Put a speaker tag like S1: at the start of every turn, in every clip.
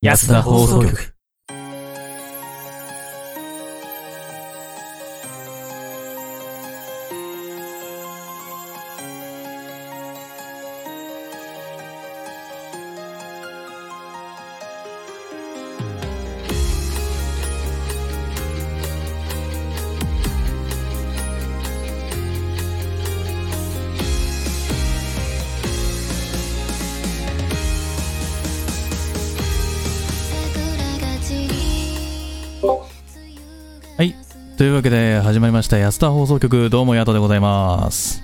S1: 安田放送局。
S2: はい。というわけで始まりました安田放送局どうもヤトでございます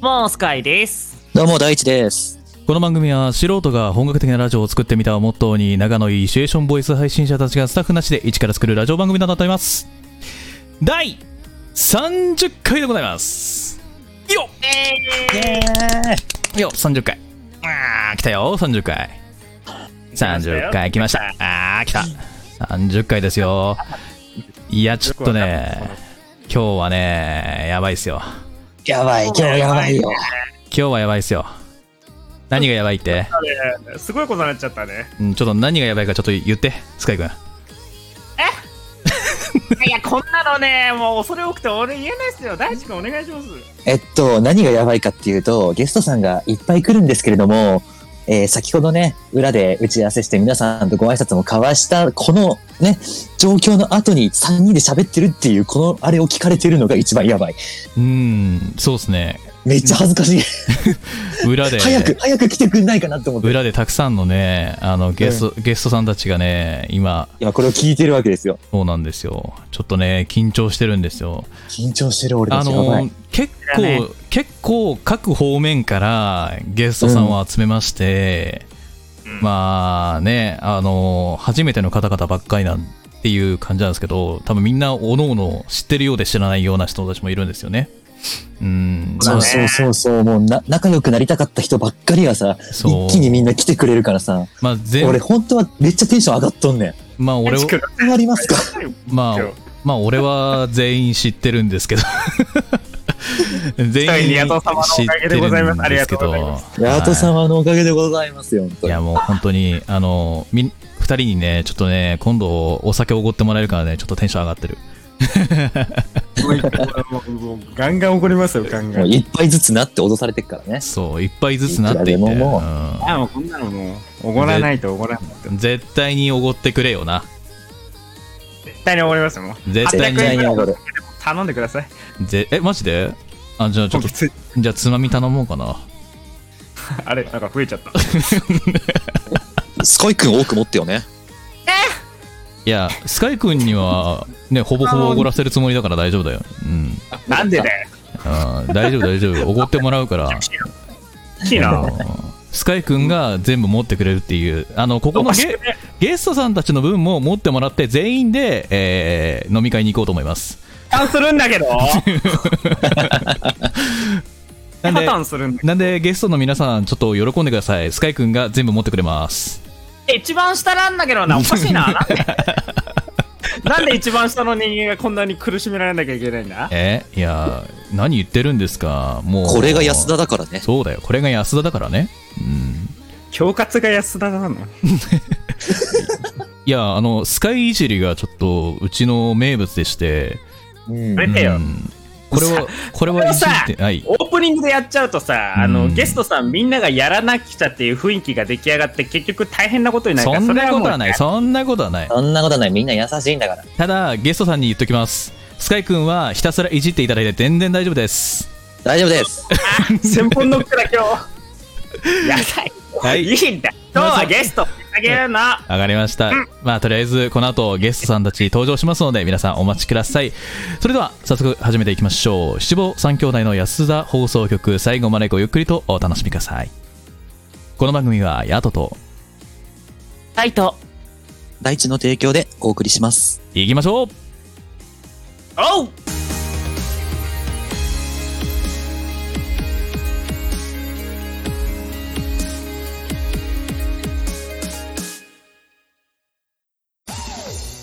S1: もうスカイです。
S3: どうも、大地です。
S2: この番組は素人が本格的なラジオを作ってみたをモットーに仲のいいシチュエーションボイス配信者たちがスタッフなしで一から作るラジオ番組となっております第30回でございますよっよっ30回あー来たよ30回30回来ましたあー来た30回ですよいやちょっとね今日はねやばいっすよ
S3: やばい、今日やばいよ。
S2: 今日はやばいっすよ何がやばいって、
S4: ねすごいことになっちゃったね。
S2: うん、ちょっと何がやばいかちょっと言ってスカイ君
S1: いや、こんなのね、もう恐れ多くて俺言えないっすよ。大地君お願いします。
S3: えっと、何がやばいかっていうと、ゲストさんがいっぱい来るんですけれども、えー先ほどね、裏で打ち合わせして皆さんとご挨拶も交わした、このね、状況の後に3人で喋ってるっていう、このあれを聞かれてるのが一番やばい。
S2: うーんそうっすね
S3: めっちゃ恥ずかしい。
S2: 裏で
S3: 早く、早く来てくんないかなって思って。
S2: 裏でたくさんのねあのゲスト、ゲストさんたちがね今
S3: 今これを聞いてるわけですよ。
S2: そうなんですよちょっとね緊張してるんですよ
S3: 緊張してる俺た
S2: あ
S3: ちやばい
S2: の。結構、
S1: だね
S2: 結構各方面からゲストさんを集めまして、
S4: うん
S2: まあねあの初めての方々ばっかりなんっていう感じなんですけど多分みんなおのおの知ってるようで知らないような人たちもいるんですよねうん
S3: そうそうそうそう、もうな仲良くなりたかった人ばっかりがさ、
S2: そう
S3: 一気にみんな来てくれるからさ、
S2: まあ全
S3: 俺本当はめっちゃテンション上がっとんねん。
S2: まあ俺を
S4: 大地君が
S3: 変わりますか
S2: まあ
S4: 今日
S2: まあ俺は全員知ってるんです けど全
S4: 人
S2: 員
S4: にヤト様のおかげでございます
S2: 知ってるんですけど
S4: ありがとうございま
S3: ヤト様のおかげでございますよ、本当
S2: い
S3: に。
S2: やもう本当に、あの、みん、二人にね、ちょっとね、今度お酒おごってもらえるからね、ちょっとテンション上がってる。
S4: もうガンガン怒りますよ、ガンガ
S3: もう
S4: ン。
S3: 一杯ずつなって脅されてっからね。
S2: そう、一杯ずつなってい
S3: い
S2: て、
S3: くらでももう
S2: う
S4: あ、もうこんなのもう、おごらないとおごらないと。
S2: ん絶対におごってくれよな。
S4: 絶対におごりますよ、もう。
S2: 絶対
S3: 絶
S2: に、
S3: 対に上がる。
S4: 頼んでください。
S2: ぜえ、マジであ、じゃあちょっと、
S4: つい
S2: じゃあつまみ頼もうかな。
S4: あれ、なんか増えち ゃった。
S3: スコイ君多く持ってよね。
S2: いや、スカイ君には、ね、ほぼほぼおごらせるつもりだから大丈夫だよ。うん。
S4: なんでだよ。
S2: うん大丈夫、大丈夫。おごってもらうから。
S4: いいな。
S2: スカイ君が全部持ってくれるっていう、あのここのゲゲストさんたちの分も持ってもらって、全員で、えー飲み会に行こうと思います。
S4: パターンするんだけど。パ
S2: なん
S4: タ
S2: で、
S4: ーンするんだけ
S2: なんでゲストの皆さん、ちょっと喜んでください。スカイ君が全部持ってくれます。
S1: 一番下なんだけどな、おかしいな。 なんで
S4: ど。なんで一番下の人間がこんなに苦しめられなきゃいけないんだ
S2: えいや、何言ってるんですか、もう。
S3: これが安田だからね。
S2: そうだよ、これが安田だからね。うん、
S4: 恐喝が安田なの。
S2: いや、あの、スカイいじりがちょっと、うちの名物でして、
S3: うん
S4: え見てよ
S2: うんこれは、これ
S4: これを
S2: はいじ
S4: さ
S2: って、はい。
S4: オープニングでやっちゃうとさ、あ
S2: う
S4: の
S2: ん
S4: ゲストさんみんながやらなきゃっていう雰囲気が出来上がって結局大変なことになるか
S2: そ
S4: ら
S2: んなことは
S4: ない
S2: ない、そんなことはない。
S3: そんなことない。みんな優しいんだから。
S2: ただゲストさんに言っときますスカイ君はひたすらいじっていただいて全然大丈夫です
S3: 大丈夫です。
S4: 千本ノックだ今日やばい、
S2: はい
S4: い、いんだ今日はゲストあげるの
S2: わかりました、まあとりあえずこの後ゲストさんたち登場しますので皆さんお待ちくださいそれでは早速始めていきましょう七五三兄弟の安田放送局最後までごゆっくりとお楽しみくださいこの番組はヤトと
S1: タイト。
S3: 大地の提供でお送りします。
S2: いきましょう
S4: おう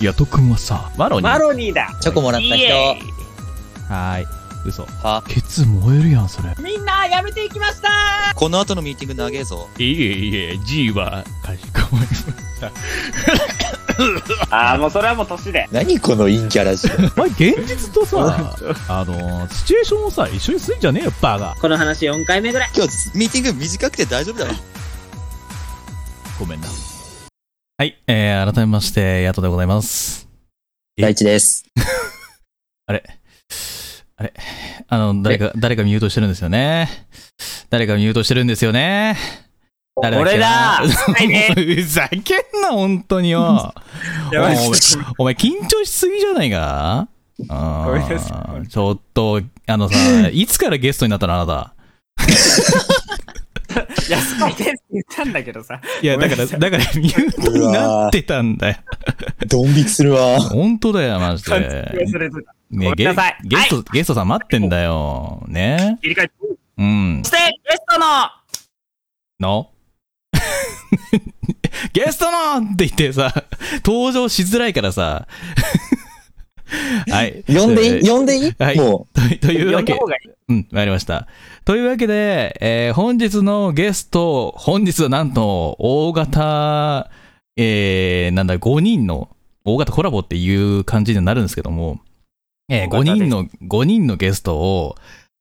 S2: ヤト君はさマロに
S4: マロニーだ
S3: チョコもらった
S1: イエ
S3: 人。
S2: はーい嘘
S3: は
S2: 血つ燃えるやん、それ。
S1: みんなやめていきました
S3: この後のミーティング長えぞ。
S2: いえいえ、G は、かしこまりま した。
S1: ああ、もうそれはもう年で。
S3: 何この陰キャラじゃ。
S2: お前、現実とさ、 あの、シチュエーションをさ、一緒にすんじゃねえよ、バカ。
S5: この話4回目ぐらい
S3: 今日、ミーティング短くて大丈夫だろ。
S2: ごめんな。はい、えー、改めまして、ヤトでございます。
S3: 大地です。
S2: あれあれあの、誰か、誰かミュートしてるんですよね。誰かミュートしてるんですよね。誰っけな
S1: 俺はいね
S2: ふざけんな、本当 によ。
S4: やばい
S2: お前お前、緊張しすぎじゃないかあー
S4: ごめんなさい
S2: ちょっと、あのさ、いつからゲストになったのあなた。
S1: 安いですって言ったんだけどさ。
S2: いや、だから、だから、ミュートになってたんだよ。
S3: ドン引きするわ。
S2: 本当だよ、マジ
S1: 完全
S2: で
S1: に。忘れてた
S2: ね、
S1: ごめんなさい
S2: ゲゲスト、ゲストさん待ってんだよ。ね。
S1: 切り替えて。
S2: うん
S1: そ。して、ゲストの
S2: の ゲストのって言ってさ、登場しづらいからさ。 はい。
S3: 呼んでいい
S2: と
S3: 呼んでいい、
S2: はい
S3: も
S2: いという
S1: 呼
S2: わ
S1: んだ
S2: け
S1: 方。がいい。
S2: うん、わかりました。というわけで、えー本日のゲスト、本日はなんと、大型、えー、なんだ、5人の、大型コラボっていう感じになるんですけども、えー、5
S1: 大型で
S2: 人の、5人のゲストを、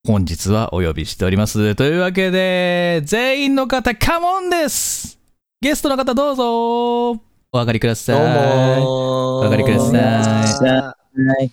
S2: 本日はお呼びしております。というわけで、全員の方、カモンですゲストの方、どうぞお上がりくだ
S3: う。
S2: さい。
S3: も
S2: お上がりくださ
S3: はい。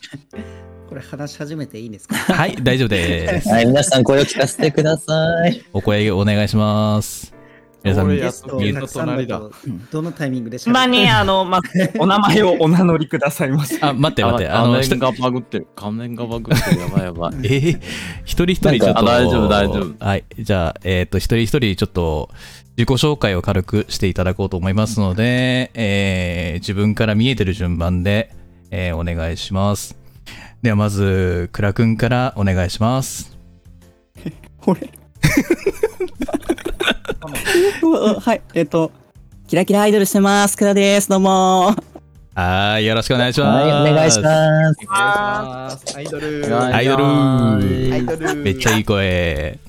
S5: これ話し始めていいんですか
S2: はい、大丈夫です。
S3: はい、皆さん声を聞かせてください。
S2: お声お願いします。皆さん、
S4: 俺
S2: ミ
S4: や
S5: ゲ
S4: っ
S5: ス
S4: と
S5: ト
S4: みん
S5: た
S4: な
S5: くさんだ
S4: 隣だ
S5: とどのタイミングでし
S1: まあね、あの、まあ、
S4: お名前をお名乗りくださいませ。
S2: あ、待って待って、あ
S6: あ
S2: の、
S6: 画
S2: ひと
S6: 面がバグってる。画面がバグってる。やばいやばい。
S2: えー、一人一人ちょっ
S6: なんか
S2: と。
S6: あ大丈夫大丈夫
S2: はい。じゃあ、えっ、と、一人一人ちょっと自己紹介を軽くしていただこうと思いますので、えー自分から見えてる順番で、えーお願いします。では、まず、くらくんからお願いします。
S7: 俺うわはいえっ、とキラキラアイドルしてますくだですどうも
S2: はーい。よろしくお願いしま
S3: は
S2: す。
S3: い、お願いします。
S4: アイドル
S2: アイドル
S6: は
S7: ドル
S2: めっちゃいい声。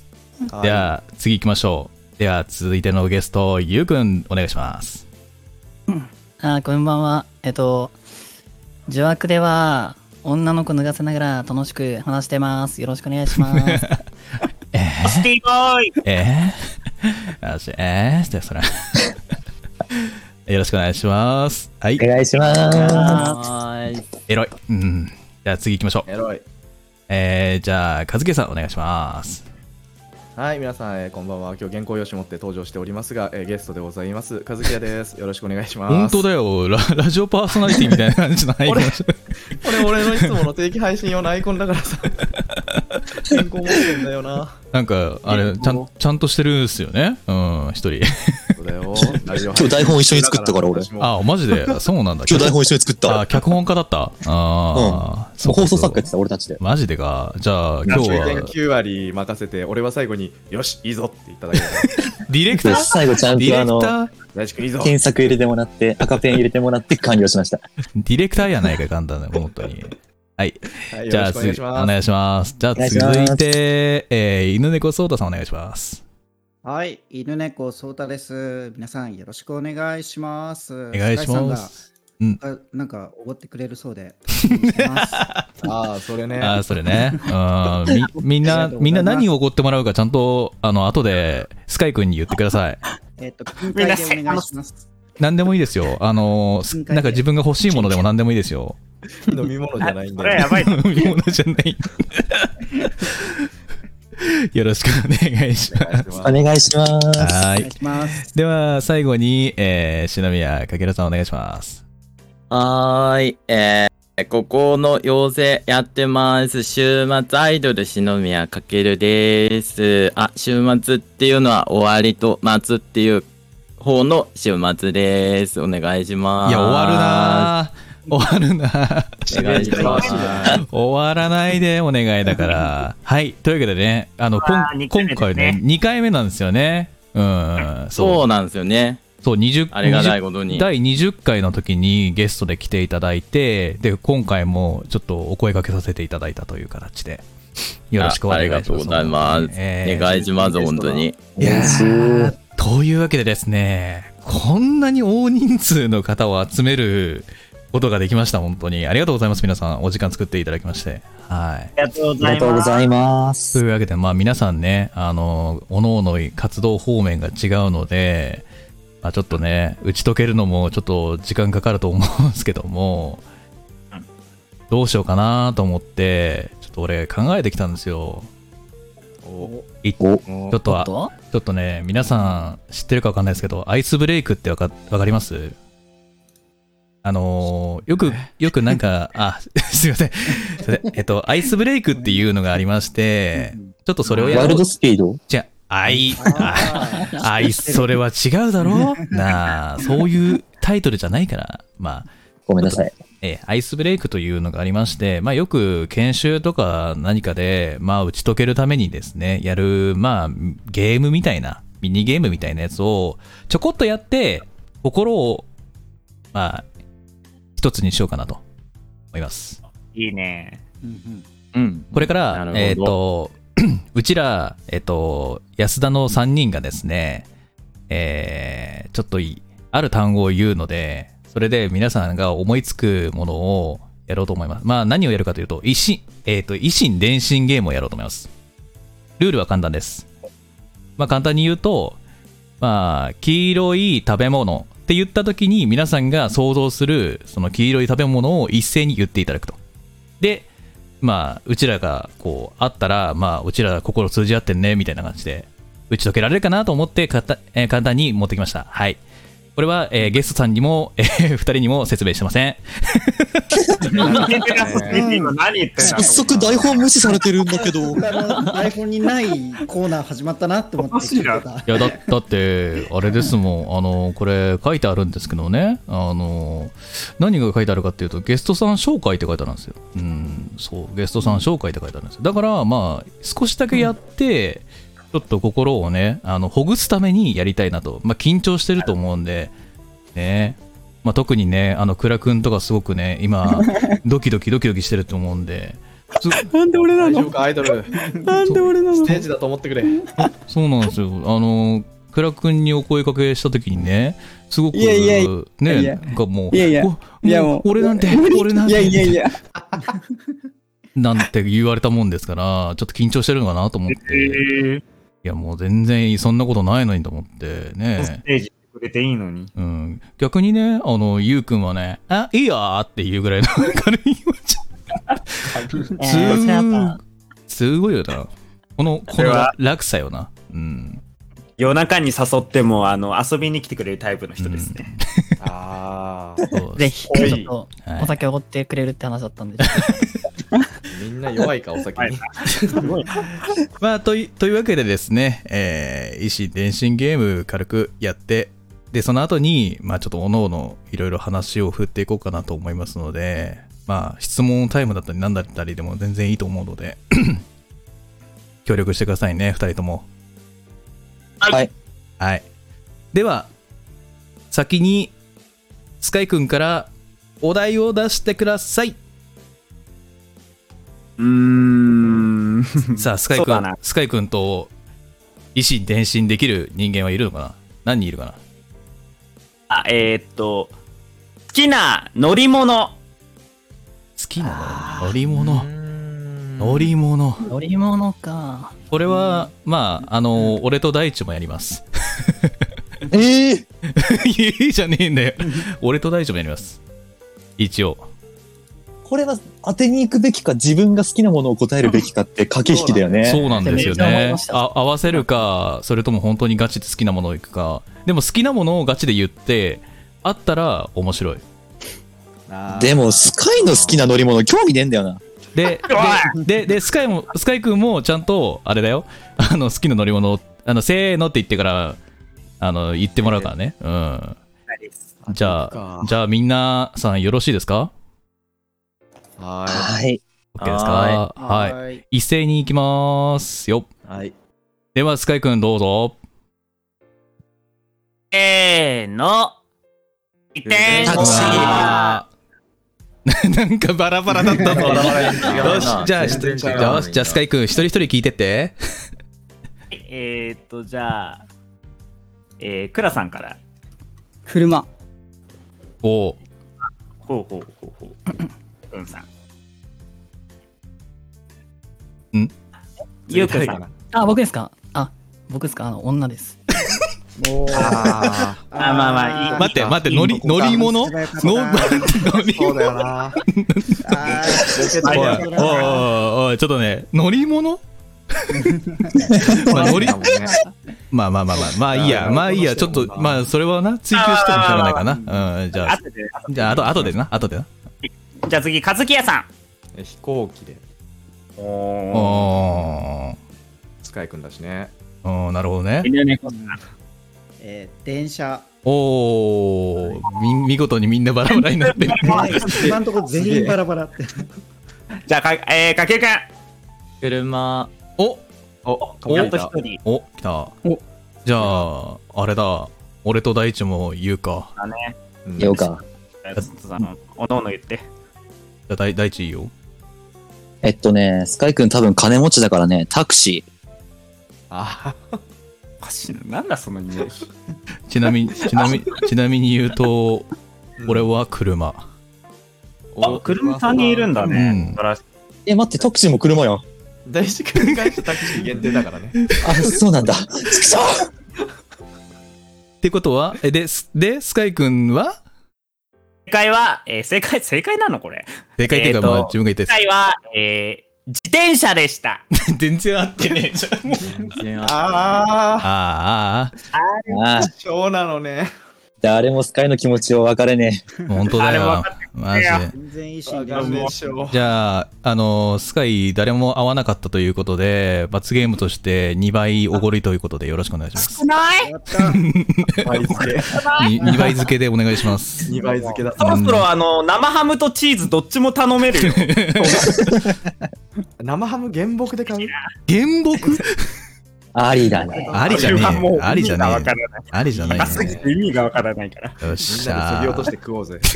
S2: では、次行きましょう。では、続いてのゲスト、ゆうくん、お願いします。
S8: あーこんばんは。えっと、受話では女の子脱がせながら楽しく話してます。よろしくお願いし ます。
S1: シティボーイ
S2: えー、よ し、えー、じゃあそれ。 よろしくお願いします。はい
S3: お、願いします。
S6: ーい。
S2: エロい。うん。じゃあ次行きましょう。
S6: エロい。
S2: えー、じゃあ、かずけさんお願いします。
S9: はい、皆さん、えーこんばんは。今日原稿用紙持って登場しておりますが、えーゲストでございます。和樹屋です。よろしくお願いします。
S2: 本当だよラ、 ラジオパーソナリティみたいな感じの入りました。
S9: これ俺のいつもの定期配信用のアイコンだ からさ。原稿持ってんだよな。
S2: なんか、あれちゃん、ちゃんとしてるんですよね。うん、一人。
S9: そうだよ。今
S3: 今日台本一緒に作ったから俺
S9: も
S2: あ、マジで、そうなんだ。
S3: 今日台本一緒に作った。
S2: あ、脚本家だった。ああ、そうか
S3: 放送作家や
S2: そう
S3: ってた、俺たちで。
S2: マジでか。じゃあ、今
S9: 今
S2: 日
S9: 日
S2: は、
S9: 9割任せて、俺は最後に、よし、いいぞって言っただけだから。
S2: ディレクター
S3: 最後ちゃん
S2: ディ
S3: と
S2: レ
S3: あ
S2: ク
S3: の
S2: タ、ー
S9: 大地君、いいぞ。
S3: 検索入れてもらって、赤ペン入れてもらって完了しました。
S2: ディレクターやないか、簡単だ本当に。
S9: はい、
S2: じ
S9: よろ
S2: ゃあ
S9: しくお願
S2: 次
S9: いし
S2: お
S9: ます。
S2: 願いします。じゃあ
S3: お願いします
S2: 続いて、えー、犬猫ソータさんお願いします。
S5: はい犬猫そうたです皆さんよろしくお願いしますお
S2: お願いします。うん
S5: なんかおごってくれるそうで
S9: ああ、それね。
S2: ああ、それね。うんみみ ん
S5: あり
S2: な、
S5: がとうござ
S2: み
S5: います
S2: んな何をおごってもらうか、ちゃんと、あの、後 で、スカイ君に言ってください。
S5: えっと金塊でお願いします
S2: 何でもいいですよ。あ の、す
S5: うん
S2: なんか自分が欲しいものでも何でもいいで すよ。
S9: 飲み物じゃないん
S1: こ
S9: だ
S1: れ
S9: よ。
S1: やばい。
S2: 飲み物じゃない。よろしくお願いし
S9: お願
S2: ま。
S9: いしますす
S3: お願いします。
S2: は
S5: お
S2: ー
S5: 願
S2: い
S5: い。します
S2: では、最後に、えー、篠宮かけらさんお願いします。
S6: はーい。 えー、ここの妖精やってます。週末アイドル篠宮かけるです。あ、週末っていうのは終わりと末っていう方の週末です。お願いします。
S2: いや、終わるなー終わるなー
S6: お願いします。
S2: 終わらないでお願いだから。はい。というわけでね、あの、こ
S1: わー
S2: ん
S1: 二回目
S2: 今
S1: ですね
S2: 回ね、2回目なんですよね。うん。
S6: そ
S2: そう
S6: なんですよね。
S2: う。そう、20
S6: ありがたいことに。
S2: 第20回の時にゲストで来ていただいて、で、今回もちょっとお声掛けさせていただいたという形で。よろしくお願いします。
S6: あありがとうございます
S2: えー
S6: お願いします、本当に。
S2: いやーというわけでですね、こんなに大人数の方を集めることができました、本当に。ありがとうございます、皆さん。お時間作っていただきまして。はい。
S1: りがとうご
S3: あ
S1: ざ
S3: りが
S1: い
S3: とうご
S1: ます。
S3: ざいま
S2: と
S3: す。
S2: いうわけで、まあ皆さんね、あの、おのおの活動方面が違うので、まあちょっとね、打ち解けるのもちょっと時間かかると思うんですけども、どうしようかなと思って、ちょっと俺考えてきたんですよ。いちょ
S9: お
S2: っとは、
S8: と
S2: ちょっとね、皆さん知ってるかわかんないですけど、アイスブレイクってわかわかりますあのーよく、よくなんか、あ、 すいません。すいませんえっと、アイスブレイクっていうのがありまして、ちょっとそれをや
S3: ワ
S2: ろ
S3: ール
S2: う
S3: ド。スピード
S2: じゃあ、アイ、あアイ、それは違うだろうなあ、そういうタイトルじゃないから、まあ、
S3: ごめんなさい。
S2: えーアイスブレイクというのがありまして、まあ、よく研修とか何かで、まあ、打ち解けるためにですね、やる、まあ、ゲームみたいな、ミニゲームみたいなやつを、ちょこっとやって、心を、まあ、一つにしようかなと思います。
S1: いいね。
S5: うん
S6: うん。
S2: これか
S6: な
S2: ら
S6: るほ、ど
S2: えっ、と、 うちら、えっ、と、安田の3人がですね、えーちょっといある単語を言うので、それで皆さんが思いつくものをやろうと思います。まあ何をやるかというと、維新、えっ、と、維新伝心ゲームをやろうと思います。ルールは簡単です。まあ簡単に言うと、まあ、黄色い食べ物って言った時に皆さんが想像するその黄色い食べ物を一斉に言っていただくと。で、まあ、うちらがこう、あったら、まあ、うちら心通じ合ってんね、みたいな感じで、打ち解けられるかなと思ってかた、えー簡単に持ってきました。はい。これは、えーゲストさんにも、えー、2人にも説明してません。
S1: 見てください今何言ってんだ
S4: 早速
S7: 台本無視されてるんだけ ど。
S5: うん、あの台本にないコーナー始まったなって思って聞いて
S1: お
S5: た。。
S2: いやだ だってあれですもんあのこれ書いてあるんですけどねあの何が書いてあるかっていうとゲストさん紹介って書いてあるんですようんそうゲストさん紹介って書いてあるんですよだからまあ少しだけやって、ちょっと心をねあのほぐすためにやりたいなとまあ緊張してると思うんでねまあ、特にねあの倉くんとかすごくね今ドキドキドキドキしてると思うんで
S7: なんで俺な
S9: 大丈
S7: の
S9: 夫かアイ ドル
S7: なんで俺なの
S9: ステージだと思ってくれ
S2: そうなんですよ。あの、クラ君にお声掛けしたときにね、すごく、
S7: いやいやいや
S2: ね、
S7: いや
S2: なんかもう、
S7: いやいや
S2: おもう
S7: いやもう
S2: 俺なんて、俺なん
S7: い
S2: て、
S7: やいやいや。
S2: なんて言われたもんですから、ちょっと緊張してるのかなと思って、
S1: えー、
S2: いやもう全然そんなことないのにと思って、
S1: ス
S2: ね、
S1: テージしてくれていいのに。
S2: うん、逆にね、あの、ゆうくんはね、あ、いいよーっていうぐらいの軽い気持ち。す
S8: えーそれやっぱ
S2: すごいよな。この、こ
S1: れ
S2: の
S1: は
S2: 落差よな。うん。
S4: 夜中に誘ってもあの遊びに来てくれるタイプの人ですね。
S9: ああ
S2: そう
S8: ぜひ、
S1: おい
S8: ちょっと
S2: はい
S8: お酒おごってくれるって話だったんで、ちょっと
S9: みんな弱いかお酒に
S2: まあ、といというわけでですね、えー、医師電信ゲーム軽くやって、で、その後に、まあ、ちょっとおのおのいろいろ話を振っていこうかなと思いますので、まあ、質問タイムだったり何だったりでも全然いいと思うので、 協力してくださいね、2人とも。
S3: はい。
S2: はい。では、先に、スカイくんからお題を出してください。
S4: うーん。
S2: さあ、スカイ
S4: そうだ
S2: 君
S4: な、
S2: スカイ君と、維新伝心できる人間はいるのかな何人いるかな
S4: あ、えーっと、好きな乗り物。
S2: 好きな乗り物乗り物
S8: 乗り物か。
S2: これはまああの俺と大地もやります
S3: ええ
S2: いいじゃねえんだよ俺と大地もやります一応
S3: これは当てに行くべきか、自分が好きなものを答えるべきかって駆け引きだよね。
S2: そうなんです
S8: め
S2: よ
S8: っちゃ思い
S2: ね
S8: ました
S2: あ合わせるかそれとも本当にガチで好きなものをいくかでも好きなものをガチで言ってあったら面白い
S3: でも、スカイの好きな乗り物、興味ねえんだよな。
S2: で、で、で、でスカイも、スカイ君もちゃんと、あれだよ、あの、好きな乗り物を、あの、せーのって言ってから、あの、言ってもらうからね。うん。じゃあ、じゃあ、みんなさんよろしいですか
S9: は
S3: はい。
S2: ?OK ですかはいい。一斉に行きますよ。
S9: いはい
S2: では、スカイ君どうぞ。
S4: せーの。移転
S3: タクシー
S2: あ なんかバラバラだったぞ。
S9: バラバラに違うな
S2: よし、じゃあ、
S6: 全然違う
S2: じゃあ、じゃあスカイ君、一人一人聞いてって。
S1: えー、っと、じゃあ、えー、クラさんから。
S7: 車。
S2: おう
S1: ほうほうほうほう。うんさん。
S2: ん
S1: ゆうくん
S9: 誰
S1: さ
S9: か
S1: ん。
S9: な
S8: あ、僕ですかあ、僕ですかあの、女 です。
S5: おー
S9: あ
S1: あーまあまあいい
S2: 待って、待って、
S9: いい
S2: 乗り、
S9: ここ
S2: 乗
S9: か
S2: り物
S5: 素
S2: の、
S5: 早かったな
S2: 待って乗り
S9: ーそうだ
S2: 物
S9: よな
S5: あー
S2: おい、おい
S5: ありがとうございます
S2: おい、おい、ちょっとね、乗り物まあ、乗り、
S9: そうだもんね
S2: まあまあ まあまあ、まあいいや、まあいいや、ちょっと、まあそれはな、追求してもしゃらないかな。うん、じゃあ
S1: あ、とで、あとで
S2: じゃあ、あと、あとでな、あとでな。
S1: じゃあ次、かずきやさん。
S9: え飛行機で
S2: お
S9: スカイ君だしね
S2: ー、うんなるほどね。
S1: 犬猫さ
S5: えー電車。
S2: おー、み見事にみんなバラバラになってる。
S5: 今のところ全員バラバラって。
S1: ん。 じゃあ、か、えー、かけるくん。
S6: 車
S2: お
S9: おか
S1: やっと
S9: ぶいた
S1: 一人。
S2: お来た。じゃあ、あれだ。俺と大地も言うか。
S1: だね。
S9: うん
S3: ようか。
S1: ちょっとそのおのおの言って。
S2: じゃあ、大大地いいよ。
S3: えっとね、スカイ君多分金持ちだからね、タクシ
S9: あ
S1: おかしいな。なんだその匂い。
S2: ちなみに、ちなみに、ちなみに言うと、俺は車。
S1: あ、車さんにいるんだね。
S2: うん
S1: 素晴らしい
S3: ー。え、待って、タクシーも車やん。
S9: 大志君会社タクシー限定だからね
S3: あ、そうなんだ。ちくしょう
S2: ってことは、え、で、すで、スカイ君は
S1: 正解は、えー、正解、正解なのこれ。
S2: でかいってい
S1: え
S2: うか、
S1: ーと
S2: まあ自分が言っ
S1: 正
S2: たや
S1: 解は、えー、自転車でした。
S2: つ。全然合ってねえじゃん。
S6: 全然
S9: ああ
S2: あーあ
S3: あー
S9: そうなのね
S3: 誰もスカイの気持ちを分かれね
S2: ー、本当だ
S1: あれ
S2: よ
S1: わ。
S2: マジで。
S5: 全然いいシー
S9: わ
S5: ン
S9: かんねえっしょ
S2: じゃあ、あのスカイ、誰も会わなかったということで、罰ゲームとして2倍おごりということで、よろしくお願いします。
S1: 少ない
S5: やった
S9: 倍付け
S2: に2倍付けでお願いし ます。
S9: 2倍付けだ
S1: そろそろあの、生ハムとチーズどっちも頼めるよ。
S9: 生ハム原木で買う
S2: 原木
S3: え。ありだね。
S2: ありじゃねえ。ありじゃねえ。ありじゃない
S1: 高すぎて意味がわからないから。
S2: え。よっ
S9: みん
S2: し
S9: なで
S2: ゃ
S9: 削ぎ落として
S2: ー。
S9: 食おうぜ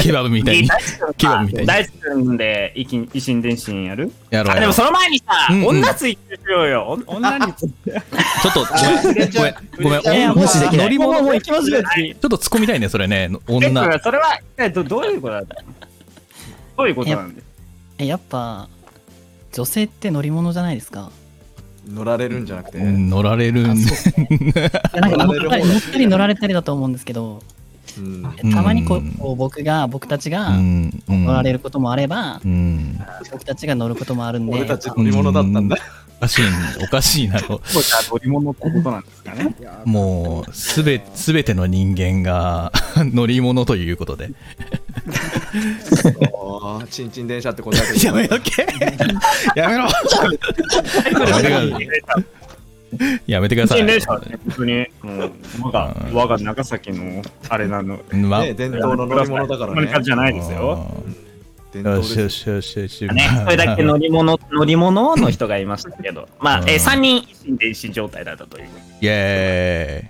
S2: ケバブみたいに。ケバブみたいに。
S1: 大地君で維新維新伝心やる
S2: やろ
S1: あ、
S2: う
S1: で
S2: よ。
S1: も
S2: ちょ
S1: その前にさ、
S2: うんうん
S1: 女追求しようよ。お女に。
S2: っと、ごめん、ごめん、ごめん、
S3: やもしできない
S2: 乗り物、ち
S1: も
S2: ょ
S1: う行きますよ、次。
S2: っと突っ込みたいね、それね。
S1: え、
S2: 女。
S1: それは、一体どどういうことだったのどういうことなんですか
S8: え、やっぱ、女性って乗り物じゃないですか。
S9: 乗られるんじゃなくて
S2: うん乗られるん
S8: いやなんか
S9: 乗ら
S8: 乗
S9: れる
S8: った
S9: 方
S8: り乗ったり乗られたりだと思うんですけど、
S9: うん
S2: うん
S8: たまにこうこう僕が、僕たち
S2: う
S8: が
S2: ん。うん
S8: 乗られることもあれば、
S2: うん。
S8: 僕たちが乗ることもあるんで、
S9: 俺たち乗り物だったんだ
S2: おかしい、おかしいなと。
S1: こうじゃあ乗り物ってことなんですかね。
S2: もう、すべ、すべての人間が 乗り物ということで。
S9: おーちんちん電車ってことだ けど
S2: やめろけやめろやめてください。やめ
S1: 新
S2: てください。
S1: 電車はね、本当に、もう、我が、我が長崎の、あれなの。
S2: うんま
S9: ね伝統の乗り物だから
S1: 乗り物
S9: ね
S1: じゃないですよ。
S9: 伝
S2: よ
S9: 統
S2: しよ
S9: です
S2: しよしよし。
S1: ね、それだけ乗り物、乗り物の人がいましたけど、まあ、えー、3人、維新伝心状態だったという。
S2: イェーイ。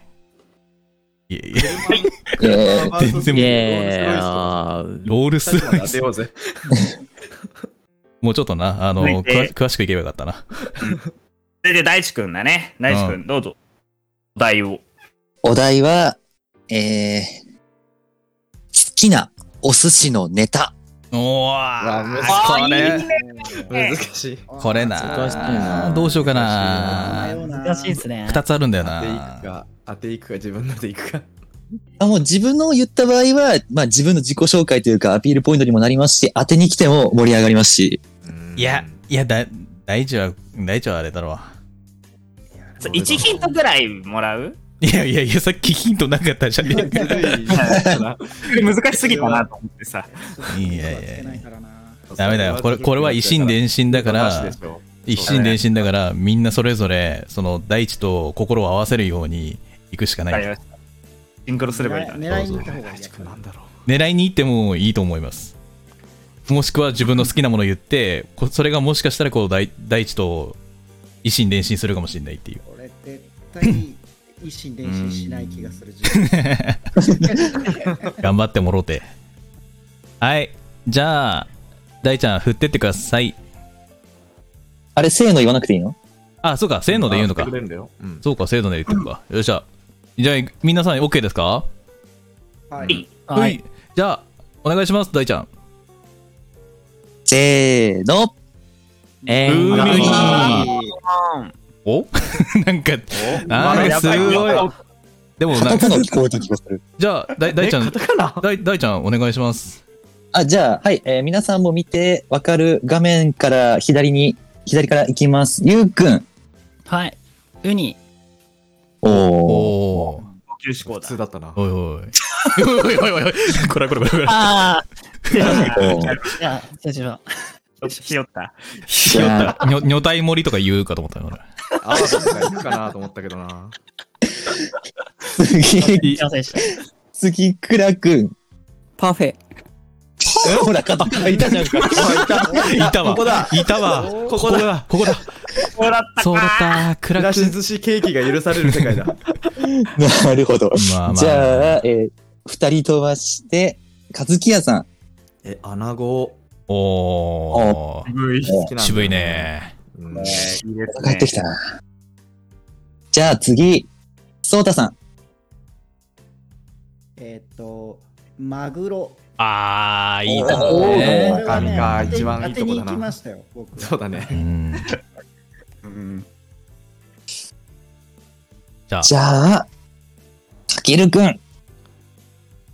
S2: いやいや
S3: えー
S2: 全然も
S6: イ
S2: う
S6: エーイ
S2: ロールス
S9: 最後
S2: ロ
S9: まで
S2: イ
S9: 当て
S2: ス。
S9: ようぜ
S2: もうちょっとな、あの、
S1: 続いて
S2: 詳詳しくいけばよかったな。
S1: それで、大地君だね。大地君、どうぞ。お題を。
S3: お題は、えー、好きなお寿司のネタ。
S2: お
S9: わ
S2: ー
S9: 難しい
S2: こ
S1: あーい
S2: れ
S1: いね
S9: 難しい
S2: これ
S6: 難しい
S2: な
S6: な
S2: どうしようか
S9: 難し
S2: な
S9: よ
S8: 難しいですね。
S2: 2つあるんだよ
S9: 当てい
S2: な
S9: くか当ていくか自分のでいくか
S3: あもう自分の言った場合は、まあ自分の自己紹介というかアピールポイントにもなりますし、当てに来ても盛り上がりますし。
S2: いやいやだ大地は大地はあれだろ
S1: そう1ヒントぐらいもらう
S2: ういやいやいやさっきヒントなかったじゃねえか
S9: むずいな
S1: 難しすぎたなと思ってさ。
S2: いやいやいや
S5: ないからな。
S2: ダメだよこれこれは維新伝心だか
S9: 話
S2: ら
S9: でしょ
S2: 一心伝心だから、みんなそれぞれその大地と心を合わせるように行くしか
S1: わか
S2: な
S1: り
S2: い
S1: ました。シンクロすればいいんだね。
S5: 狙いに行った方がいい
S9: 大
S5: や
S9: 地君なんだろ
S2: 狙いに行ってもいいと思いますもしくは自分の好きなものを言ってこそれがもしかしたらこう大大地と一心伝心するかもしれないっていう
S5: 俺絶対一心伝 心しない気がする。自分
S2: 頑張ってもろうてはい。じゃあ、大ちゃん、振ってってください。
S3: あれ、せーの言わなくていいの
S2: あ、そうか、せーので言うの
S9: あ
S2: か
S9: 振って。くれんだようん
S2: そうか、せーので言ってくか。よっしゃ。じゃあ、皆さん、OK ですか
S5: はい。
S2: は。い。じゃあ、お願いします、大ちゃん。
S3: せーの。
S6: えー、
S2: うみお なんか、なんかすごい。でも
S3: カ
S2: な
S3: タ
S2: んか
S3: カ、ナ聞こえた気がする。
S2: じゃあ、だい大ちゃん、大大ちゃん、お願いします。
S3: あ、じゃあ、はい、えー皆さんも見てわかる画面から左に、左から行きます。ゆうくん。
S8: はい。ウニ。
S2: お
S3: おー。
S2: お
S1: 高級志向
S9: 普
S1: だ
S9: 通。だったな
S2: ー。おいおい。おいおい おいおい。こらこらこらこら。
S8: あ
S3: おー
S8: あ。じゃあ、じゃあ、じゃあ
S1: ひよった。
S3: じゃあ、
S2: に ょ女体盛りとか言うかと思ったよ。俺
S9: あ、そうか、行くかなと思ったけどな。
S3: 次、
S8: すいませんでした。
S3: 次、くらくん。
S7: パフェ。
S3: ほら、カタカナいたじゃんか。
S2: いたわ。いたわ。ここだ。ここだ。
S1: そうだった
S2: そうだった。ク
S9: く
S2: ラ
S9: ら
S2: ク。
S9: し寿司ケーキが許される世界だ。
S3: なるほど。
S2: まあまあ。
S3: じゃあ、えー二人飛ばして、かずきやさん。
S9: え、穴子。
S2: おー。
S9: 好きなんだよ
S2: 渋い。ね。
S9: うん
S1: いいです
S3: 帰
S1: ね
S3: ってきたな。じゃあ次、そうたさん。
S5: えっと、マグロ。
S2: あー、いいと
S3: お
S2: こ
S3: ー
S2: ね。
S9: 中身が一番いい
S5: 当て
S9: とこ
S5: に
S9: だ
S5: 行
S9: な
S5: きましたよ、僕。
S9: そうだ
S2: う
S9: ね。
S2: ん
S1: うん
S2: じゃあ
S3: じ、ゃあ、たけるくん。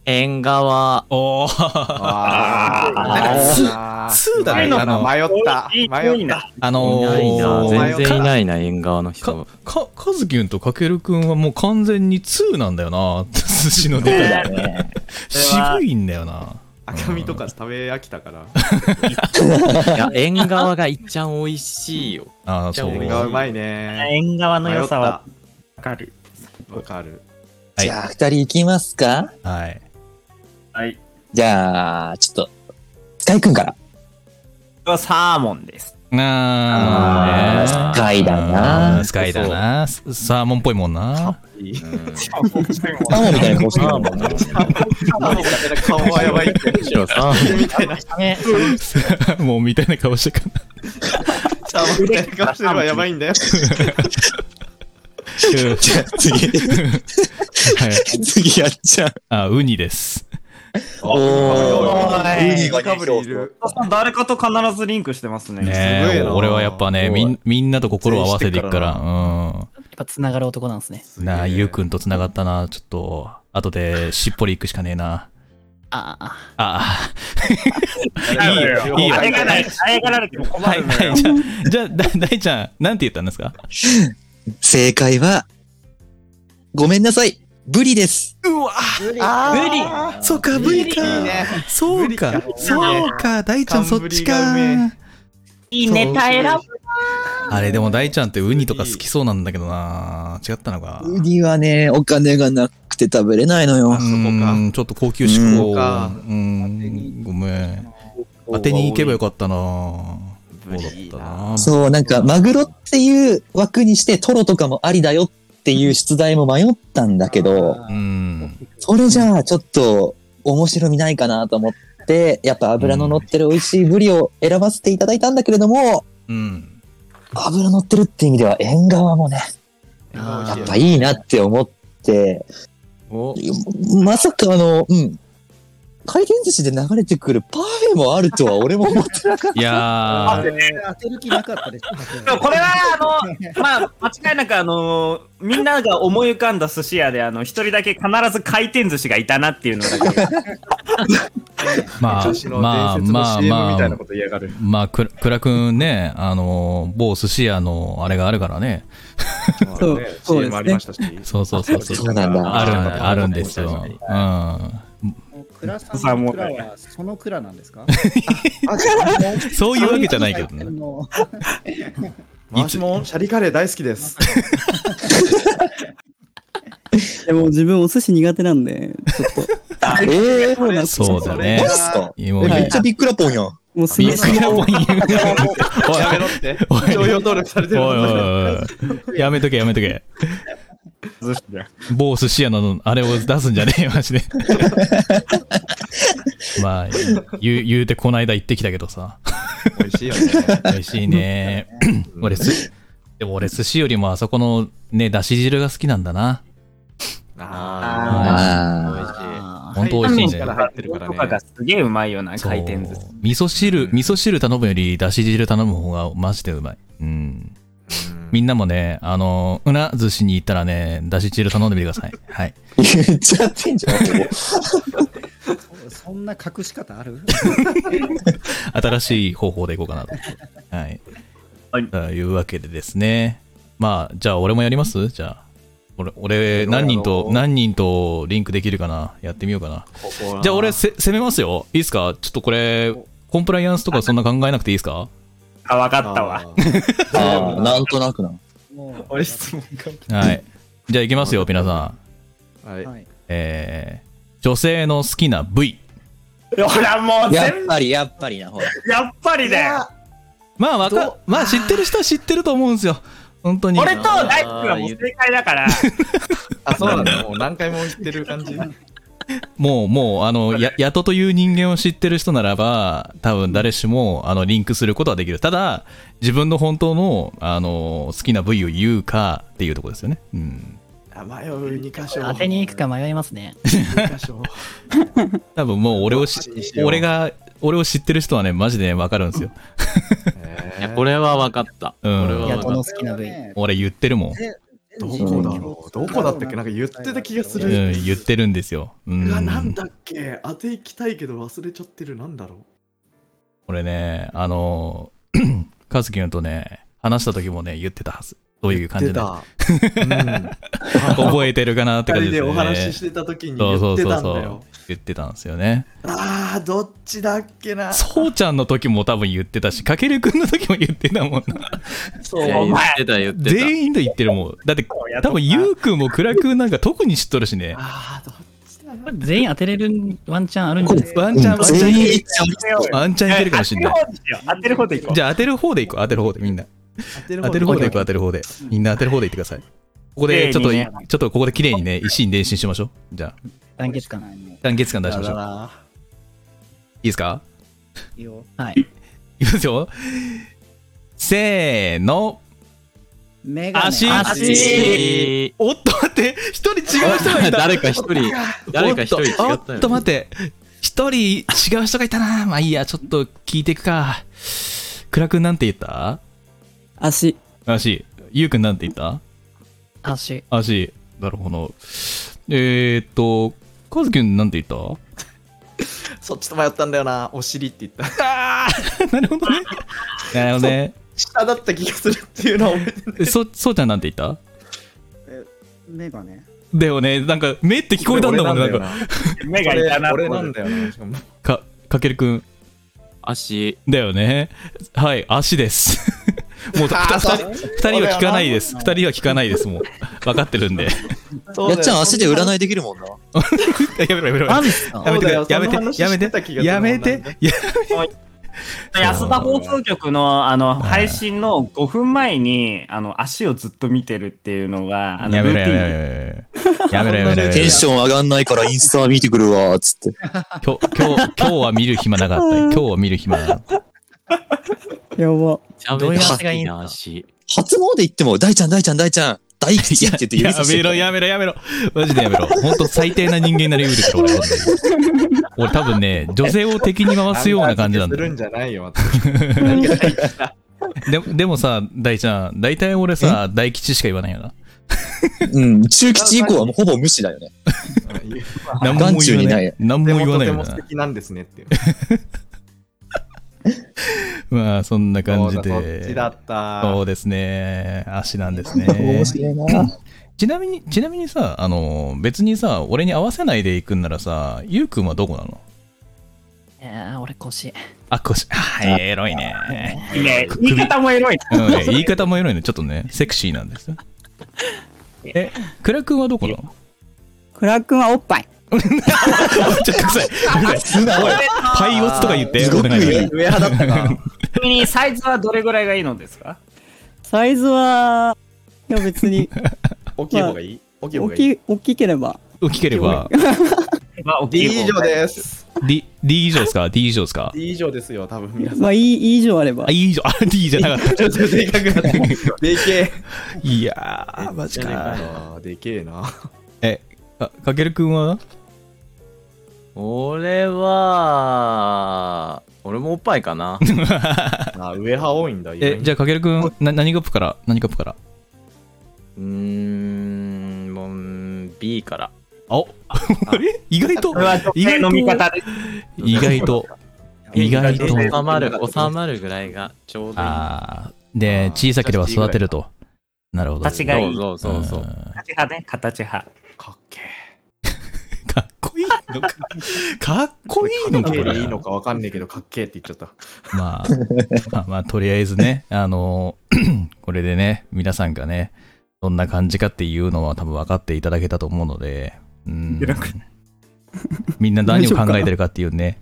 S6: 縁側。
S2: おー。
S9: あー
S2: ツーだね
S9: 迷ったな迷った。
S1: いい
S9: 迷
S1: いい
S9: った
S1: な。
S2: あ
S6: い
S2: の
S6: ないな。
S2: ー、
S6: 全然い
S2: か
S6: ないな、縁側の人。
S2: か、かずきゅんとかけるくんはもう完全に2なんだよな。 寿司のネタ
S3: だね。
S1: は
S2: 渋いんだよな。
S9: 赤身とか食べ飽きたから。
S6: いや、縁側がいっちゃん美味しいよ。
S2: あー、そう。
S9: 縁側うまいね。
S1: 縁側の
S9: 迷
S1: 良
S9: った
S1: さは
S9: わ
S1: わかる。
S9: かる。
S2: はい
S3: じゃあ二人行きますか
S2: はい。
S1: はい。
S3: じゃあ、ちょっと、スカイくんから。
S1: サーモンです。
S2: な
S3: あースカイだな
S2: スカイだな。サーモンっぽいもんな。
S3: サーモンみたいな顔してる。
S9: 顔はやばいって。
S6: むしろさ、
S8: ダメ。
S2: もうみたいな顔してかな。
S9: 顔みたいな顔してればやばいんだ よ。
S3: じゃあ次、
S2: はい。
S3: 次やっちゃう。
S2: あ、ウニです。
S3: お
S1: ー
S3: いい
S9: カブリいる。
S1: 誰かと必ずリンクしてますね。
S9: すご
S2: ね
S9: い
S2: え、
S9: な
S2: 俺はやっぱね、みんみんなと心を合わせていくから、うん。
S8: やっぱ繋がる男なんですね。
S2: なあ、ゆうくんと繋がったな、ちょっと。後で、しっぽり行くしかねえな。
S8: ああ。
S2: あ
S1: いいよ。
S2: いいよ
S1: あれがない。あれがられても
S2: あ、は
S1: 困
S2: い、
S1: るの
S2: は
S1: よ
S2: い、。じゃあ、じゃあ、だ大ちゃん、なんて言ったんですか
S3: 正解は、ごめんなさい。ブリです。
S2: うわ
S9: あ
S2: そっか、V か。そうか、そうか、大ちゃん、そっち
S9: 寒ぶりがう
S2: か。
S1: いいネタ選ぶ。
S2: あれ、でも大ちゃんってウニとか好きそうなんだけどな。違ったのか。
S3: ウニはね、お金がなくて食べれないのよ。
S2: うーん、ちょっと高級志
S3: うん
S9: そ
S2: 向。う
S9: うか
S2: ーん、ごめん。当てに行けばよかったな。そうだったな。
S3: そう、なんか、マグロっていう枠にして、トロとかもありだよっていう出題も迷ったんだけど、
S2: う
S5: 大
S2: ん。
S5: きく
S3: それじゃあ、ちょっと、面白みないかなと思って、やっぱ油の乗ってる美味しいブリを選ばせていただいたんだけれども、
S2: うん。
S3: 油乗ってるって意味では、縁側もね、や
S8: あ
S3: っ
S8: ー
S3: ぱいいなって思って、
S6: お
S3: まさかあの、うん、回転寿司で流れてくるパフェもあるとは俺も思ってなかっ
S2: いやー、
S5: 当てる気なかったです。
S1: でもこれは、あの、 まあ、間違いなく、あの、みんなが思い浮かんだ寿司屋で、あの、一人だけ必ず回転寿司がいたなっていうのだけ。
S2: まあ
S9: 女子、の
S2: まあ、
S9: 伝説
S2: ま
S9: の
S2: あ、
S9: CM みたいな
S2: まあ
S9: こ、と言いやがる。
S2: まあ、くらくらくんね、あのー、某寿司屋のあれがあるからね。
S7: そう
S9: ね
S7: そうですね
S9: CM ありましたし。
S2: そうそうそうそ
S3: た。
S2: う。
S3: そうなんだ。
S2: あるんだあるんですよ。うん。
S5: 蔵さんの蔵はその蔵なんですか
S2: そういうわけじゃないけどね。
S5: ね。
S9: 私もシャリカレー大好きです。
S7: でも自分お寿司苦手なんで、ちょっと。
S3: ええ
S7: そうなんです
S2: そうだ
S3: マ
S2: ね
S3: ジっ。すか
S2: もう
S3: えめっちゃビックラポンやん。
S7: もう酢飯も、
S9: やめろって。
S2: おい
S9: 商用登録されてる。
S2: おいおいおいやめとけやめとけ
S1: 寿司だ。
S2: 某寿司屋のあれを出すんじゃねえよ、マジで。 まあ、言う言うてこの間行ってきたけどさ。
S9: 美味しいよね。
S2: 美味しいね。俺す、でも俺寿司よりもあそこのね、だし汁が好きなんだな。
S9: ああ、美味しい。
S2: ほんと美味しいね
S9: 海。鮮から入ってるからね
S1: とかがすげえうまいよな、
S2: そう
S1: 回転寿司。
S2: 味噌汁、味噌汁頼むよりだし汁頼む方がマジでうまい。うん。みんなもね、あの、うな寿司に行ったらね、だし汁頼んでみてください。はい。
S3: 言っちゃってんじゃん。もう
S5: そんな隠し方 ある
S2: 新しい方法でいこうかなと。はい。
S1: はい
S2: というわけでですね。まあ、じゃあ俺もやりますじゃあ。俺、俺何人と、何人とリンクできるかなやってみようかな。じゃあ俺せ、攻めますよ。いいですかちょっとこれ、コンプライアンスとかそんな考えなくていいですか
S1: あ、わかったわ。
S3: ああ、なんとなくな。
S5: も
S4: 俺質問か
S2: はい。じゃあ行きますよ、皆さん。
S9: はい。
S5: う、はい、
S2: えー、女性の好きな部位。
S1: ほら、もう
S3: や
S1: 全
S3: っぱり、やっぱりな、ほら。
S1: 部、やっぱりだよ。
S2: まあわか、まあ知ってる人は知ってると思うんですよ。本当に。
S1: 俺と大輝くんはもう正解だから、
S9: あ、そうなんだ。もう何回も言ってる感じ。
S2: もう、もう、あの、や、やとという人間を知ってる人ならば、多分誰しも、あの、リンクすることはできる。ただ、自分の本当の、あの、好きな部位を言うかっていうところですよね。うん。
S9: あ迷う二箇所。
S8: 当てに行くか迷いますね。
S9: 二箇所。
S2: 多分もう俺をし
S9: どっちにしよう
S2: 俺が、俺を知ってる人はね、マジでねわかるんですよ。
S9: え
S6: い
S9: ー
S6: や俺は分かった。
S2: うん
S6: 俺は分
S8: や
S6: か
S8: と
S6: っ
S8: の好きな部位。
S2: 俺言ってるもん。
S9: どこだろうどこだったっけなんか言ってた気がす
S2: う
S9: る
S2: ん、言ってるんですよ。う
S9: た。
S2: ん。
S9: うわ、なんだっけ当て行きたいけど忘れちゃってる。なんだろ
S2: これね、あの、 カズキ君とね、話した時もね、言ってたはず。どういう
S9: う
S2: 感
S9: 出
S2: じ
S9: た。
S2: なの
S9: うん。
S2: 覚えてるかなって感じ
S9: 二人
S2: です
S9: で
S2: よね。
S9: お話ししてた時に
S2: そう
S9: 言
S2: そ
S9: っ
S2: う
S9: て
S2: そ
S9: た
S2: うん
S9: だ
S2: そう
S9: よ。
S2: 言ってたんですよね。
S9: ああ、どっちだっけな。
S2: そうちゃんの時も多分言ってたし、かけるくんの時も言ってたもんな。
S6: た。いや言ってた言ってた。
S2: 全員で言ってるもん。だって、多分ゆうくんもくらくんなんか特に知っとるしね。
S9: ああ、どっちだ
S8: これ全員当てれるワンチャンあるんじゃないですか
S2: ワンチャン、ワンチャン
S3: 全員
S2: いけ、
S1: 当てようよ
S2: ワンチャンいけるかもしれない。
S1: 当てる方にしよう当てる方でいこう。
S2: じゃあ当てる方でいこう、当てる方でみんな。当てる方でいこう、当てる方で。みんな当てる方でいってください。ここで、ちょっと、
S1: 綺
S2: ち
S1: 麗
S2: ょ
S1: に
S2: っとここで綺麗にね、一心伝心しましょう。じゃあ、
S8: 団結感。
S2: 団結感出しましょう。い
S9: だ
S2: いですか
S5: いいよ
S8: はい。
S2: いきますよ。せーの。
S5: 目が
S2: 足
S6: 足
S2: おっと待って一人違う人がいた
S6: 誰か一人、誰か一人違った
S2: お
S6: よ
S2: っとおっと待って一人違う人がいたなまあいいやちょっと聞いていくかくらくんなんて言った
S7: 足。
S2: あしゆうくんなんて言った
S8: 足。
S2: あしなるほどえー、っとかずきゅんなんて言っ
S9: そっちと迷ったんだよな。お尻って言った。
S2: たなるほどねなるほどね
S9: 下だった気がするっていうのを覚えてる。
S2: そそうちゃんなんて言った
S5: 目がね
S2: だよねなんか目って聞こえたんだもんねなんか
S1: 目がいたな。
S9: 俺なんだよな。しかも
S2: かかけるくん
S6: 足。
S2: だよねはい足です もうふた二人二人は聞かないです二人は聞かないですもう分かってるん で
S3: やっちゃん足で占いできるもんな。
S2: やめろやめろ
S8: マジっすか
S2: やめてくれ
S9: そうだよ
S2: やめて
S9: その話
S2: やめ
S9: してた気
S2: て
S9: がする
S2: やめていや
S1: 安田放送局のあの配信の5分前にあの足をずっと見てるっていうのがあの
S2: やめ
S1: ル
S2: ろ
S1: ー
S2: や
S1: テ
S2: めろ
S1: ィン
S2: やめろやめろやめろやめろやめろ
S3: テンション上がんないからインスタ見てくるわ、つって。
S2: 今日今日今日は見る暇なか った今日は見る暇なかった
S7: やば。
S8: どういう足がいいんだ
S6: 足。
S3: 初詣行っても、大ちゃん、大ちゃん、大ちゃん、大吉って言って
S2: や
S3: 指さして
S2: めろやめろやめろマジでやめろ本当最低な人間になりうるから俺本当に俺多分ね 女性を敵に回すような感じなんだ
S9: す
S2: よ
S9: るんじゃないよ。
S2: ででもさ大ちゃん大体俺さ大吉しか言わないよな
S3: うん、中吉以降はもうほぼ無視だよね。
S2: 何も
S3: 眼中
S2: 言
S3: に
S2: わ
S3: な
S2: ないい何
S9: で
S2: も
S9: も
S2: 言わな
S9: と
S2: い
S9: て
S2: よ
S9: も
S2: な
S9: 素敵なんですねっていう。
S2: まあそんな感じで
S9: そうだそっちだった。
S2: そうですね。足なんですね
S3: 面。白いな。
S2: ちなみに、ちなみにさ、あの、別にさ、俺に合わせないで行くんならさ、ゆうくんはどこなの
S8: えー、俺腰。
S2: あ、腰。はい、エロい ね。
S1: いいね言い方もエロいな。
S2: うん、言い方もエロいね。ちょっとね、セクシーなんですよ。え、クラくんはどこなの
S7: クラックンはおっ ぱい。
S2: ちょっとくさい。
S3: 素直や。
S2: パイオツとか言って。
S3: すごくいい。
S9: 上派だった
S1: ち
S9: な。
S1: なみにサイズはどれぐらいがいいのですか
S7: サイズは、いや別に、
S9: 大きい方がいい大きい方
S7: 大
S9: がいい。
S7: きい、大きければ。
S2: 大きけれ ば、
S1: まあ、大き
S9: D
S1: い方
S9: 以上です。
S2: D、D 以上ですか ?D 以上ですか
S9: D 以上ですよ、多分皆さん。
S7: まあ、いい、いい以上あれば
S2: あ、。E 以上、あ、D じゃなかっ
S9: ちょっとでかくなって。でけ
S2: た。いやー、マジ
S9: え
S2: か。
S9: な。でけえな。
S2: え、あかけるくんは
S6: 俺は、俺もおっぱい かな。
S9: あ、上派多いんだ。
S2: え、じゃあかけるくん、な何カップから何カップから
S6: うーん、もう、B から。
S2: あおあれ意外と
S1: これは女性の味方です。
S2: 意外と。意外と。
S6: 収まる、収まるぐらいがちょうどいい。
S2: あーで、小さければ育てると。なるほど。
S1: 形がいい。
S6: そうそうそうそう。
S2: ん
S1: 形派ね、形派。
S9: かっけ
S2: かっこいいのか。かっこいい
S9: え。
S2: の
S9: か
S2: か。こ
S9: っけえ
S2: れ
S9: でいいのかわかんねえけど、かっけえって言っちゃった。
S2: まあ、まあ、まあ、とりあえずね、あの ーこれでね、皆さんがね、どんな感じかっていうのは多分分かっていただけたと思うので、うん
S1: 偉く。
S2: みんな何を考えてるかっていう ね。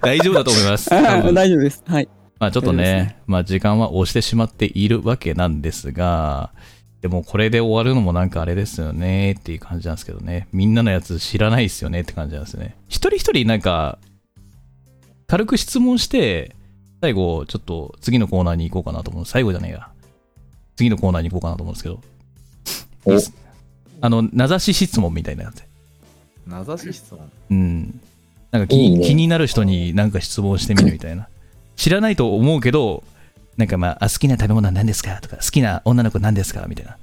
S2: 大丈夫だと思い ます。多
S7: あ
S2: 分
S7: 大丈夫です。はい。
S2: まあちょっと
S7: 大丈夫で
S2: ね、
S7: す
S2: まあ時間は押してしまっているわけなんですが、でもこれで終わるのもなんかあれですよねっていう感じなんですけどね。みんなのやつ知らないですよねって感じなんですよね。一人一人なんか、軽く質問して、最後ちょっと次のコーナーに行こうかなと思う。最後じゃないや。次のコーナーに行こうかなと思うんですけど。
S3: お
S2: いいっすあの、名指し質問みたいなやつ。
S9: 名指し質問。
S2: うん。なんか気
S3: いいね
S2: 気になる人になんか質問してみるみたいな。知らないと思うけど、なんかまあ、あ好きな食べ物は何ですかとか、好きな女の子何ですかみたいな。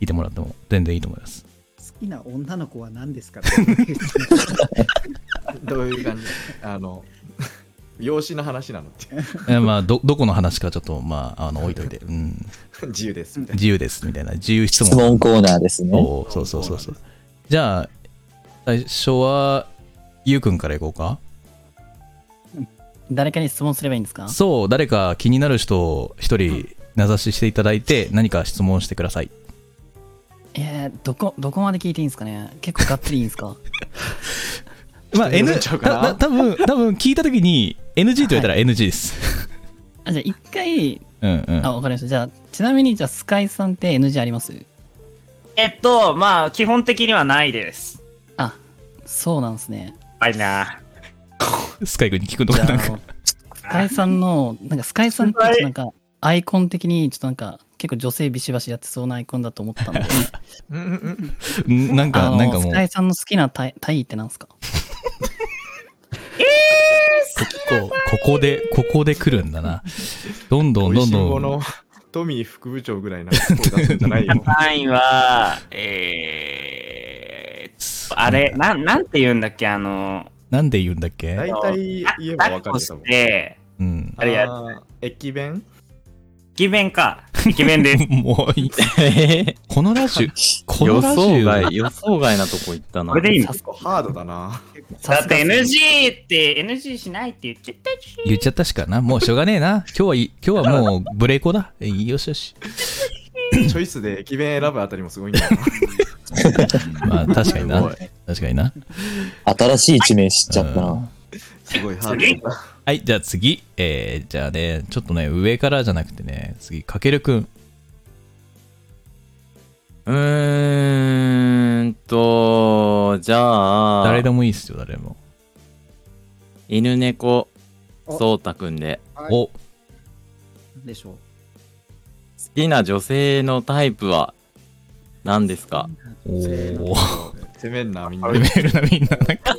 S2: 聞いてもらっても全然いいと思います。
S5: 好きな女の子は何ですか
S9: どういう感じあの、養子の話なのって。
S2: えまあ、ど、どこの話かちょっと、まあ、あの、置いといて、うん、
S9: 自由です。みたいな
S2: 自由です、みたいな。自由質問。
S3: 質問コーナーですね。
S2: おうそうそうそうそう。じゃあ、最初は、ゆうくんからいこうか。
S8: 誰かに質問すればいいんですか
S2: そう、誰か気になる人を一人名指ししていただいて、何か質問してください。
S8: えー、どこ、どこまで聞いていいんですかね結構がっつりいいんですか
S2: まあ、
S9: ちょっと
S2: N、
S9: 読んじゃ
S2: た
S9: うかな
S2: た多分多分聞いたときに NG と言ったら NG です。
S8: あ、じゃあ一回、
S2: うんうん。
S8: あ、わかりました。じゃあ、ちなみに、じゃあ、スカイさんって NG あります
S1: えっと、まあ、基本的にはないです。
S8: あ、そうなんですね。
S1: はいな。
S2: スカイ君に聞くの
S8: じ
S2: か
S8: ゃあ、
S2: な
S8: あ
S2: ん
S8: の
S2: か。
S8: スカイさんの、なんか、スカイさんってちょっとなんか、アイコン的に、ちょっとなんか、結構女性ビシバシやってそうなアイコンだと思ったんで、
S9: うんうんうん。
S2: うんなん
S8: あ
S2: か、
S8: の
S2: なんかも
S8: ス
S2: う、
S8: カイさんの好きな体体位ってなんです か
S2: こここで、ここで来るんだな。どんどん
S9: 美
S2: ど
S9: 味
S2: ん
S9: しい
S2: ど
S9: も
S2: ん。
S9: の、トミー副部長ぐらいな声出すんじゃないよ。
S1: 単位は、えー、あれ、なん、なんて言うんだっけ、あの、
S2: なんで言うんだっけ
S9: 大体言えばわかる多分
S1: で、
S2: うん。
S1: あれや
S9: あー駅弁
S1: 駅弁か。駅弁 です。
S2: もういい。この ラジオ、こ
S6: 予
S2: のラジ
S6: 想
S2: オ、
S6: 外、予想外なとこ行ったな。
S1: これでいいの
S9: 結構ハードだな。
S1: だって NG って NG しないって言っちゃったし。
S2: 言っちゃったしかな。もうしょうがねえな。今日はいい、今日はもうブレイコだ。えよしよし。
S9: チョイスで駅弁選ぶあたりもすごいんだよ
S2: ま あ、確かに
S9: な。すご。。
S2: ない確かにな。
S3: 新しい一面知っちゃった
S2: うん
S3: な。
S9: すごいハードだな。
S2: はい、じゃあ次。えー、じゃあね、ちょっとね、上からじゃなくてね、次、かけるくん。
S6: うーんと、じゃあ、
S2: 誰でもいいっすよ、誰でも。
S6: 犬猫、
S5: お
S6: そうたくんで、
S5: はい
S2: お、
S5: でしょう。
S6: 好きな女性のタイプは何ですか
S2: おー。
S9: 攻めんな、みんな。
S2: メールなみんな、なんか、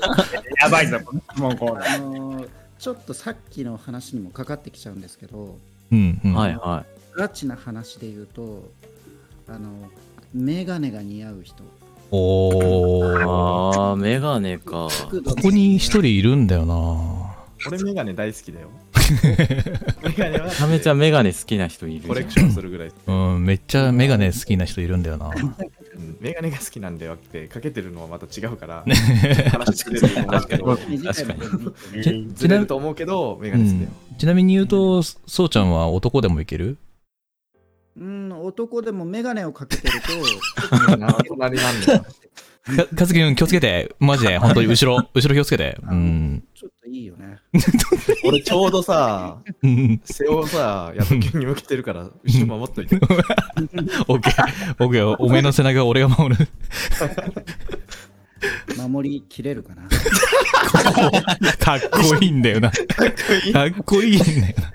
S1: やばいぞ、もうこ
S5: あのーちょっとさっきの話にもかかってきちゃうんですけど、
S2: うん、うん。
S6: はいは
S5: ガチな話で言うと、あの、メガネが似合う人。
S2: お
S6: い。
S2: ー。
S6: あー、メガネか。
S2: ここに一人いるんだよな
S9: 俺メガネ大好きだよ。メガネは
S6: めちゃめちゃメガネ好きな人いる
S9: コレク
S6: じ
S9: シ
S6: ゃん。
S9: ョンするぐらい。
S2: うん、めっちゃメガネ好きな人いるんだよな
S9: うんメガネが好きなんだよって、かけてるのはまた違うから、話してくれると思うけど
S5: 確かに。
S2: ち
S9: ずれると思うけど、メガネ好きだよ。
S2: ちなみに言うと、そうちゃんは男でもいける
S5: うん、男でもメガネをかけてると、
S9: な隣なんだよ。
S2: か、かずきくん気をつけて。マジで、本当に後ろ、後ろ気をつけて。うん。
S5: ちょっといいよね。ね。
S9: 俺ちょうどさ、
S2: うん
S9: 背をさ、矢吹に向けてるから、後ろ守っといて。
S2: オッケー、オッケー、おめえの背中は俺が守る。
S5: 守りきれるかな。
S2: かっこいいんだよな。
S9: かっこいい。か
S2: かっこいいんだよな。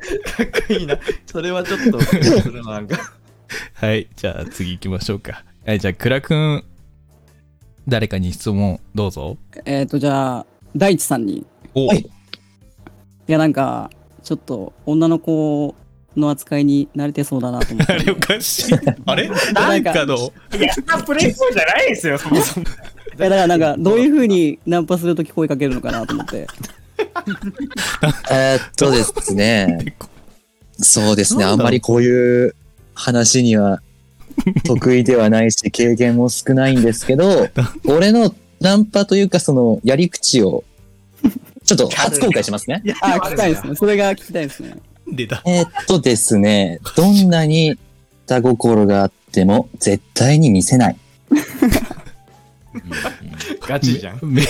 S9: っこいいな。それはちょっと、それはなんか。
S2: はい、じゃあ次行きましょうか。はい、じゃあ、倉くん、誰かに質問どうぞ。
S7: えっ、と、じゃあ、大地さんに。い
S2: お、
S3: はい
S7: や、なんか、ちょっと、女の子の扱いに慣れてそうだなと 思っ
S2: あ
S7: て。
S2: れおかしい。あれなんかの、
S1: いや、そんなプレイそうじゃないですよ、そもそも。
S7: いやだからなんかどういうふうにナンパするとき声かけるのかなと 思って。
S3: えーっとですね。そうですね。あんまりこういう話には得意ではないし、経験も少ないんですけど、俺のナンパというか、その、やり口を、ちょっと初公開しますね。
S7: あ、聞きたいですね。それが聞きたいですね。
S2: 出た。
S3: えーっとですね。どんなに下心があっても、絶対に見せない。
S9: ガチじゃん。
S2: め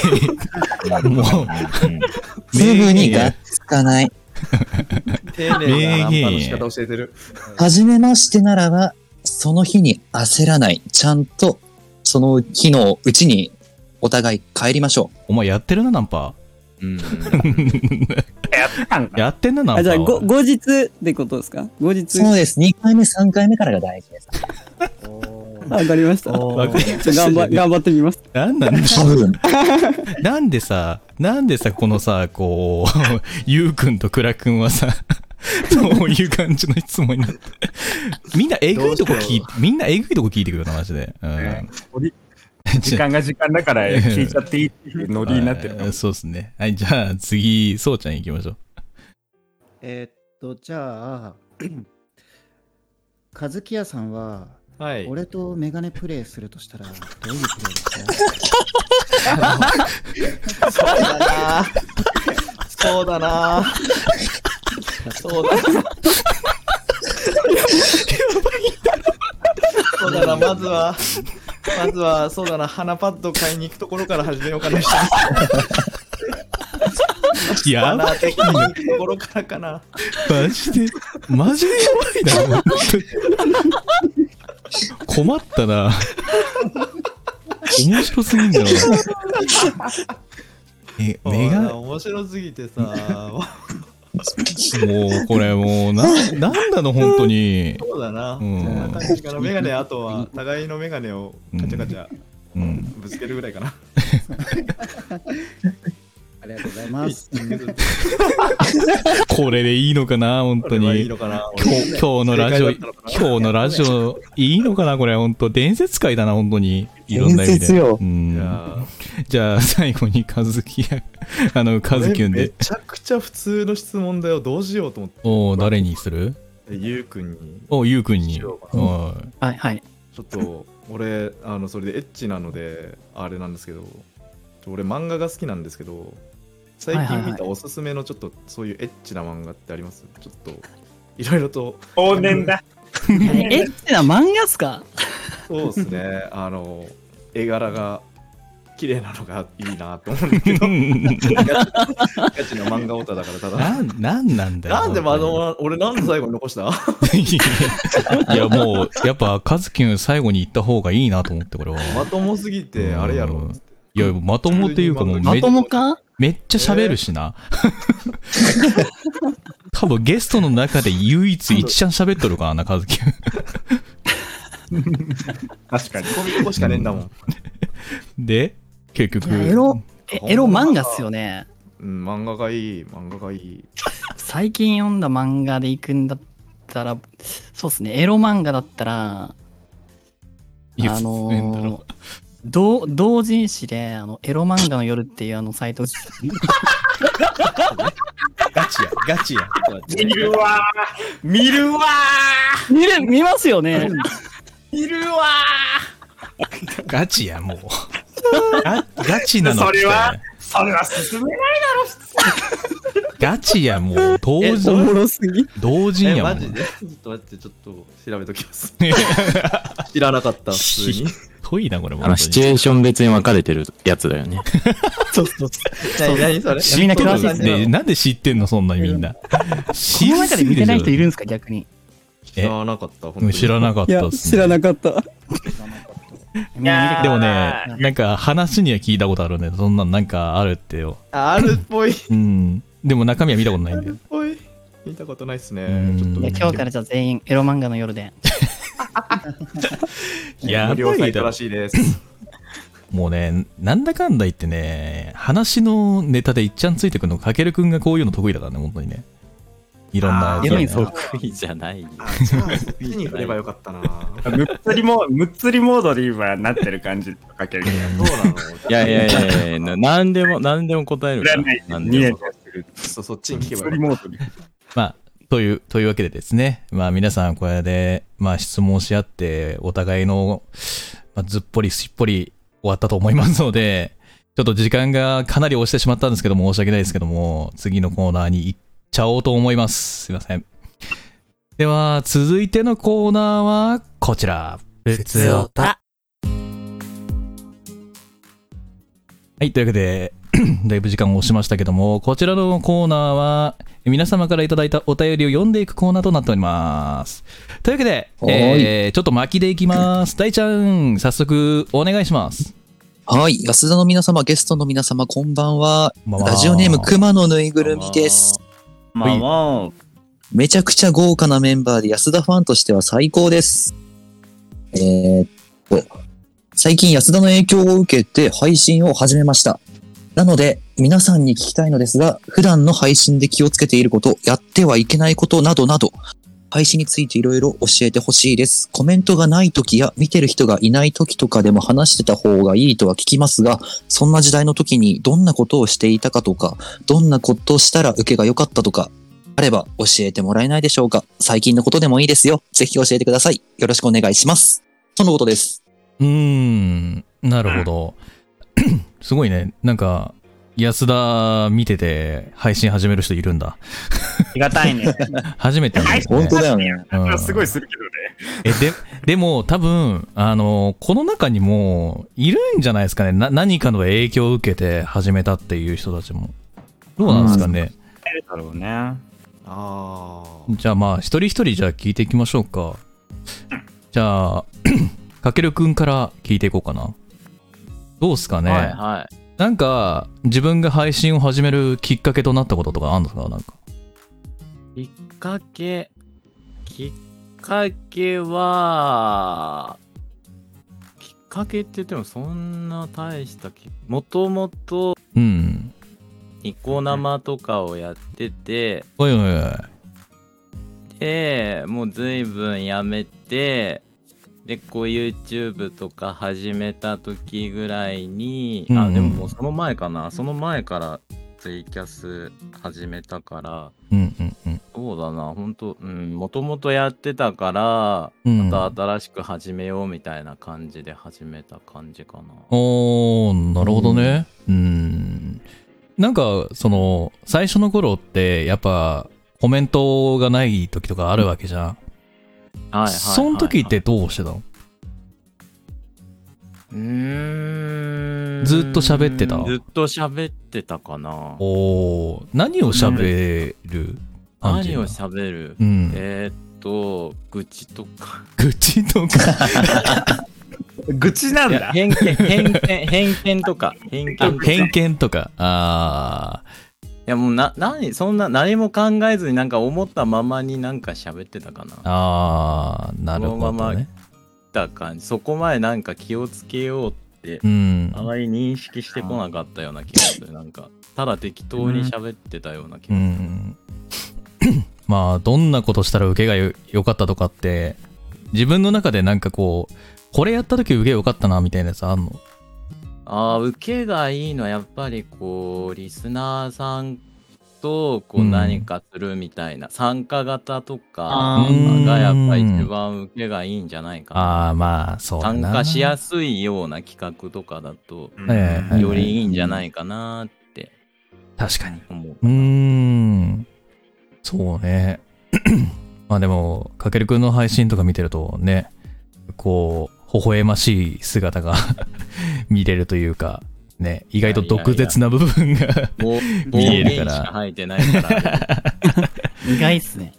S2: もう
S3: すぐにがっつかない。
S9: 丁寧なナンパの仕方教えてる。
S3: はじめましてならば、その日に焦らない。ちゃんと、その日のうちに、お互い帰りましょう。
S2: お前やってるな、ナンパ。やってんな、ナンパ。
S7: あ、じゃあ、ご後日ってことですか後日。
S3: そうです。2回目、3回目からが大事です。
S7: あわかりました。
S2: わかりました
S7: 頑張 頑張ってみます。
S2: なんなんだ
S3: 多分。
S2: なんでさ、なんでさ、このさ、こう、 ゆうくんとくらく んはさ、そういう感じの質問になって。みんなえぐいとこ聞い
S9: どう
S2: て、みんなえぐいとこ聞いてくるよな、マジで。うん
S1: ね。 時間が時間だから聞いちゃっていいっていうノリになってるか
S2: あ
S1: も
S2: ーそうですね。はい、じゃあ次、そうちゃん行 きましょう。
S5: えーっと、じゃあ、 和樹屋さんは、
S9: はい。
S5: 俺とメガネプレイするとしたら、どういうプレイですか
S9: そうだなそうだなそうだなそうだな、まずは、まずは、そうだな、鼻パッド買いに行くところから始めようかな。
S2: やばい、
S9: 鼻的に行くところからかな。
S2: マジで、マジでやばいな、本当に困ったな。面白すぎんだよ。 え、メ
S9: そうだ
S2: ガ
S9: な、面白すぎてさ、
S2: もうこれもうな、なんなの本当に。
S9: そうだな。
S2: う
S9: こ
S2: ん
S9: んな感じかな。メガネ、あとは、互いのメガネをカチャカチャ
S2: うん。
S9: ぶつけるぐらいかな。
S5: ありがとうございます。
S2: これでいいのかな、本
S9: こ
S2: 当
S9: れはいい
S2: に。
S9: のかな。
S2: 今日今日のラジオ、
S9: 正解だ
S2: 今
S9: ったのかな
S2: 日のラジオ、いいのかな、これ、本当伝説界だな、本当に。いろんな意味で。
S3: 伝説よ
S2: うん
S9: いやー
S2: じゃあ、最後に、カズキや、 あの、カズキュン
S9: め
S2: で。
S9: ちゃくちゃ普通の質問だよ。どうしようと思って。
S2: おー誰にする
S9: ゆうくんに。
S2: おゆうくんに。
S9: しようかな
S2: お
S8: はい、はい。
S9: ちょっと、俺、あの、それでエッチなので、あれなんですけど、俺漫画が好きなんですけど、最
S8: はいは
S9: 近
S8: い
S9: 見
S8: はい
S9: たおすすめのちょっと、そういうエッチな漫画ってありますちょっと、いろいろと、
S1: 往年だ。
S8: えエッチな漫画っすか
S9: そうですね、あの、絵柄が綺麗なのがいいなと思うん だけど、ガチの漫画オタだから、ただ。
S2: な、なんなんだよ。
S9: なんでま
S2: 本当に
S9: だ俺なんで最後に残した
S2: いや、もう、やっぱ、カズキュン最後に行った方がいいなと思って、これは。
S9: まともすぎてあれやろ。
S2: いや、まともっていうか、もう
S9: ま
S2: め
S8: ま、ともか
S2: めっちゃ喋るしな。多分、ゲストの中で唯一一ちゃん喋っとるからな、カズキュン。
S1: 確かに。
S9: コミックしかねえんだもん。
S2: で、結局。
S8: いやエロ、えエロ漫画っすよね。
S9: うん、漫画がいい、漫画がいい。
S8: 最近読んだ漫画で行くんだったら、そうっすね、エロ漫画だったら、
S2: いや
S8: あの
S2: なんだろ
S8: ー、同同人誌であのエロ漫画の夜っていうあのサイト
S9: ガチや、ガチや。
S1: 見るわー見るわ
S8: 見る見ますよね
S1: ー見るわ
S2: ガチや、もう。ガガチなの
S1: それ
S2: 来た
S1: はー
S2: よ
S1: それは進めない
S2: ガチや、もう。同
S9: え
S7: お
S2: 人、
S7: もろすぎ。
S2: 同人
S9: え、
S2: やも
S9: マ
S2: ん。
S9: ジでちょっと待って、ちょっと調べときます。知らなかった、普通に。
S2: ごいな、これも。
S6: あの、シチュエーション別に分かれてるやつだよね。
S8: そうそうそ
S9: 何何それ
S2: 知ってる
S8: 知ってる
S2: ねなんで知ってんの、そんなみんな。こ
S8: う。この中で見てない人いるんですか、逆に。
S9: 知らなかった、本当
S2: 知らなかっ
S7: い
S2: た
S7: や
S2: っ、す
S7: 知
S2: ね
S7: らなかった。
S8: みんな見て
S2: で
S8: く
S2: も
S8: ださい
S2: ね、なんか話には聞いたことあるね。そんなんなんかあるってよ。
S9: あるっぽい。
S2: うん。でも中身は見たことないんだよ。
S9: おい見たことないっす
S2: う
S9: ね
S2: ん。
S9: ちょっと
S8: いや今日からじゃあ全員エロ漫画の夜で。
S2: や
S9: 無料
S2: ば
S9: サ
S2: い
S9: イ
S2: だ
S9: ト
S2: ろ
S9: ら。しいです。
S2: もうね、なんだかんだ言ってね、話のネタでいっちゃんついてくるの、かけるくんがこういうの得意だからね、本当にね。いろんな
S9: あー
S2: やつを
S8: でもいいぞ
S2: ね、
S6: 得意じゃないよ。
S9: じゃあ、そっちに振ればよかったな。ど
S1: むっつりも、むっつりモードで今なってる感じとかけるけど。
S9: うなの
S6: いやいやいやいやな、何 でも、何でも答えるから。何
S1: 見
S6: で
S1: え
S6: も。
S9: そそっちに聞けば
S1: そ
S9: よか
S1: れ
S9: った。
S1: モードに。
S2: まあ、という、というわけでですね、まあ皆さんこれで、まあ質問し合って、お互いの、まあ、ずっぽりすっぽり終わったと思いますので、ちょっと時間がかなり押してしまったんですけども、申し訳ないですけども、次のコーナーに行っちゃおうと思います。すいません。では、続いてのコーナーはこちら。普通おた。はい、というわけで、 だいぶ時間を押しましたけども、こちらのコーナーは、皆様からいただいたお便りを読んでいくコーナーとなっております。というわけで、
S3: はーい
S2: えー、ちょっと巻きでいき ます。大ちゃん、早速お願いします。
S3: はい。安田の皆様、ゲストの皆様、こんばんは。
S2: まあ
S3: ラジオネーム、熊のぬいぐるみです。
S2: まあ
S1: ま
S3: めちゃくちゃ豪華なメンバーで安田ファンとしては最高です。えーっと、最近安田の影響を受けて配信を始めました。なので、皆さんに聞きたいのですが、普段の配信で気をつけていること、やってはいけないことなどなど、配信についていろいろ教えてほしいです。コメントがない時や見てる人がいない時とかでも話してた方がいいとは聞きますが、そんな時代の時にどんなことをしていたかとか、どんなことをしたら受けが良かったとか、あれば教えてもらえないでしょうか最近のことでもいいですよ。ぜひ教えてください。よろしくお願いします。とのことです。
S2: うーん、なるほど。 すごいね、なんか、安田見てて配信始める人いるんだ。
S1: あ、ありがた いね。
S2: 初めてなんですね。
S3: 本当だよね。
S2: うん
S1: すごいするけどね。
S2: えででも多分あのこの中にもいるんじゃないですかねな何かの影響を受けて始めたっていう人たちもどうなんですかね、
S1: だろうね。
S9: あ
S2: じゃあまあ一人一人じゃあ聞いていきましょうかじゃあかけるくんから聞いていこうかなどうっすかね、
S6: はいはい。
S2: なんか自分が配信を始めるきっかけとなったこととかあるんですかなんか
S6: きっかけ、きっかけは、きっかけって言ってもそんな大したき、もともと
S2: うん
S6: ニコ生とかをやってて、
S2: おいおいおい
S6: で、もう随分やめて、で、こう YouTube とか始めた時ぐらいに、
S2: うんう
S6: あ、
S2: ん
S6: でももうその前かな、その前からツイキャス始めたから、
S2: うんうんうん
S6: そうだな、ほんと、うん、もともとやってたから、
S2: うん
S6: また新しく始めようみたいな感じで始めた感じかな。
S2: おーなるほどねうんなんかその最初の頃ってやっぱコメントがない時とかあるわけじゃん、
S6: はいはいはいはい
S2: その時ってどうしてたの
S6: うーん
S2: ずっと喋ってた
S6: ずっと喋ってたかな。
S2: おー何を喋る感じ
S6: 何を喋る
S2: うん、
S6: えーっと、愚痴とか。
S2: 愚痴と か
S1: 愚痴なん
S6: い
S1: だ
S6: や。偏見、偏見、偏見とか。偏見とか。
S2: 偏
S6: い
S2: 見とかあ
S6: やもうな、何、そんな、何も考えずになんか思ったままになんか喋ってたかな
S2: ー。あーなる
S6: そ
S2: ほ
S6: のま
S2: ど
S6: ま
S2: ね
S6: た感じ。そこまでなんか気をつけようって、
S2: うん
S6: あまり認識してこなかったような気がする。なんか、ただ適当に喋ってたような気
S2: う
S6: がする。
S2: ん まあどんなことしたら受けがよ良かったとかって自分の中でなんかこうこれやった時受け良かったなみたいなやつあんの
S6: ああ、受けがいいのはやっぱりこう、リスナーさんとこ
S2: う
S6: うん何かするみたいな、参加型と
S2: あ
S6: か
S2: ー
S6: がやっぱ一番受けがいいんじゃないかな。
S2: ああまあそうだ
S6: 参
S2: な
S6: 加しやすいような企画とかだと、
S2: はいはいはい
S6: よりいいんじゃないかなって
S2: 確かに
S6: 思う。
S2: うーんそうね まあでもかけるくんの配信とか見てるとねこう微笑ましい姿が 見れるというか、ね、意外と毒舌な部分が
S6: もう、
S2: 見える
S6: 暴言し
S2: から
S6: か吐いてないから。
S8: 意外っすね。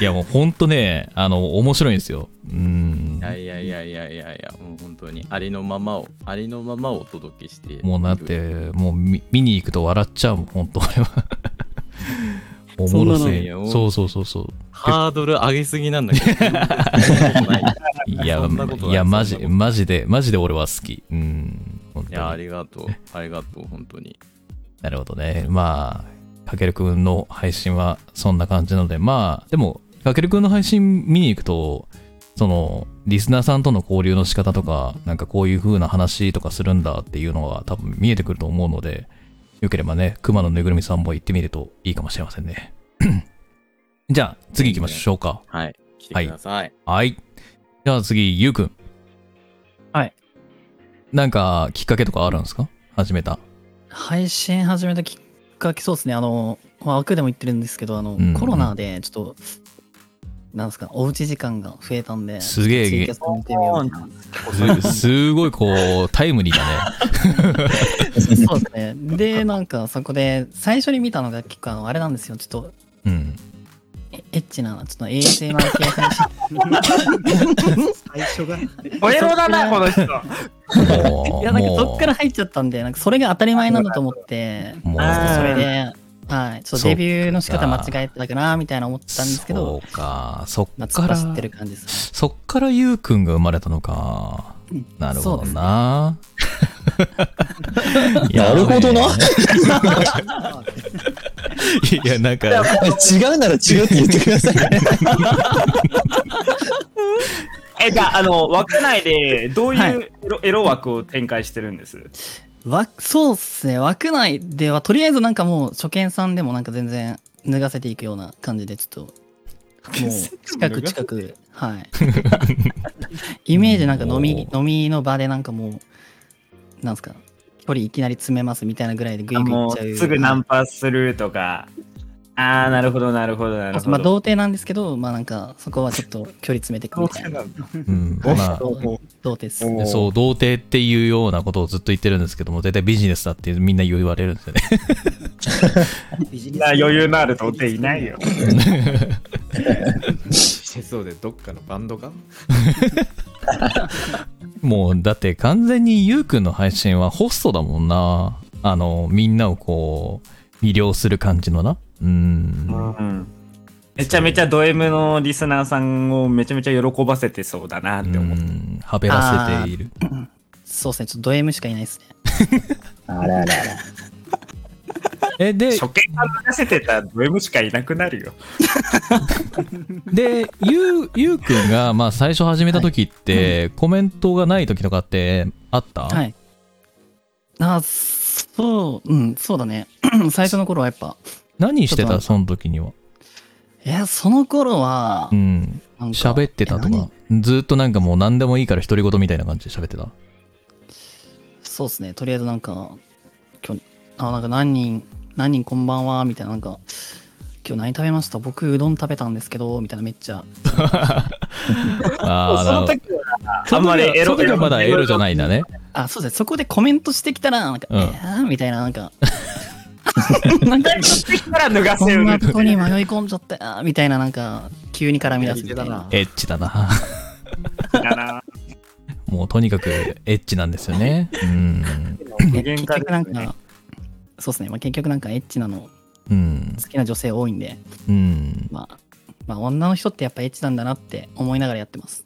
S2: いやもうほんとね、あの、面白いんですよ。うん
S6: い。やいやいやいやいやいや、もう本当にありのままを、ありのままをお届けして。
S2: もうなっ。て、もう見見に行くと笑っちゃうもん、ほんと俺 は。おもろ
S7: そんな
S6: の
S2: せ
S6: いや
S2: そうそうそう そう。
S6: ハードル上げすぎなんだけど。
S2: いや、
S6: そんなことない
S2: いや、マジ、
S6: そんなことな
S2: マジで、マジで俺は好き。うん。本当
S6: い
S2: に
S6: や、ありがとう。ありがとう、本当に。
S2: なるほどね。まあ、かけるくんの配信はそんな感じなので、まあ、でも、かけるくんの配信見に行くと、その、リスナーさんとの交流の仕方とか、なんかこういう風な話とかするんだっていうのは多分見えてくると思うので、よければね、熊のぬいぐるみさんも行ってみるといいかもしれませんね。 じゃあ、次行きましょうか。
S6: はい。来てください。
S2: はい。じゃあ次、ゆうくん。
S8: はい。
S2: なんか、きっかけとかあるんですか始めた。
S8: 配信始めたきっかけ、そうですね、あの、まあ、枠でも言ってるんですけど、あの、
S2: うん
S8: コロナで、ちょっと、なんですか、おうち時間が増えたんで、
S2: すげえ
S8: ツイキャス見てみようみたいな。
S2: すすごいこう、タイムリ ーだね。
S8: そうですね。 で、なんか、そこで、最初に見たのが、結構、あの、あれなんですよ、ちょっと、
S2: うん。
S8: えエッチな、ちょっと ASMR 系配 信。
S5: 最初が。
S4: おエロだな、この人。
S2: も、
S8: いうや、なんか、そ
S2: も
S8: っから入っちゃったんで、なんか、それが当たり前なんだと思って、
S2: う、も、
S8: ちょっとそうれで、はい、ちょっとデビューの仕方間違えてたかな、みたいな思ってたんですけど、
S2: そうか、そ
S8: ま
S2: っ
S8: あ、突
S2: か
S8: っ
S2: ら、
S8: 走ってる感じです。
S2: そっからゆうくんが生まれたのか。なるほどな。 いや
S3: なるほどな。
S2: いや、なんか、
S3: 違うなら違うって言ってくださいね。
S1: え、じゃあ、あの、枠内で、どう
S8: はい
S1: いうエロエロ枠を展開してるんです
S8: わそうっすね枠内ではとりあえずなんかもう初見さんでもなんか全然脱がせていくような感じでちょっともう近く近くはい イメージなんか飲み飲みの場でなんかもうなんすか距離いきなり詰めますみたいなぐらいでグイ
S1: あ
S8: グイいっ
S1: も
S8: ちゃう
S1: うすぐナンパするとか。ああ、なるほど、なるほど、なるほ
S8: まあ
S1: ど。
S8: 童貞なんですけどまあなんかそこはちょっと距離詰めてい くみたいな
S2: うん、まあ、
S8: 童貞です
S2: でそう、童貞っていうようなことをずっと言ってるんですけども、大体ビジネスだってみんな言われるんですよね。
S5: ビジ
S1: い
S5: ネス
S1: や余裕のある童貞いない よ。
S9: そうで、どっかのバンドが
S2: もう、だって完全にゆうくんの配信はホストだもんな。あの、みんなをこう、魅了する感じのな。うん。
S1: うんめちゃめちゃド M のリスナーさんをめちゃめちゃ喜ばせてそうだなっ
S2: う
S1: て思って。
S2: ん、はべらせている。
S8: そうですねちょっとド M しかいないですね
S3: あらあら。
S2: え、で、
S1: 初見から出せてたらド M しかいなくなる よ。
S2: で、ゆう、ゆうくんが、まあ、最初始めた時って、コメントがない時とかってあった、
S8: はい。あ、そう、うん、そうだね。 最初の頃はやっぱ。
S2: 何して
S8: ちょったと
S2: その時には。
S8: いや、その頃は
S2: う、ん。
S8: なんか
S2: 喋ってたと。
S8: え
S2: か
S8: 何。
S2: ずっとなんかもう何でもいいから独り言みたいな感じで喋ってた。
S8: そうですね。とりあえずなんか、今日、あ、なんか何人、何人こんばんは、みたいな、なんか、今日何食べました僕、うどん食べたんですけど、みたいな、めっちゃ。
S2: ああ、なるほど。
S1: あんまりエロ
S2: その時はまだエロじゃないんだね。
S8: あ、そうですね。そこでコメントしてきたら、なんか、
S2: うん
S8: えーみたいな、なん か、なんか、
S1: から脱が
S8: こ
S1: せ
S8: ん
S1: る
S8: な。とこに迷い込んじゃった、みたいな、なんか、急に絡み出すみたいな。
S2: エッチだな。
S1: だな。
S2: もうとにかくエッチなんですよね。うん。
S1: 無
S8: 結
S1: 限化で
S8: 局なん
S1: すね
S8: か、そうですね、まあ、結局なんかエッチなの
S2: うん。
S8: 好きな女性多いんで、
S2: うん。
S8: まあ、まあ、女の人ってやっぱエッチなんだなって思いながらやって ます。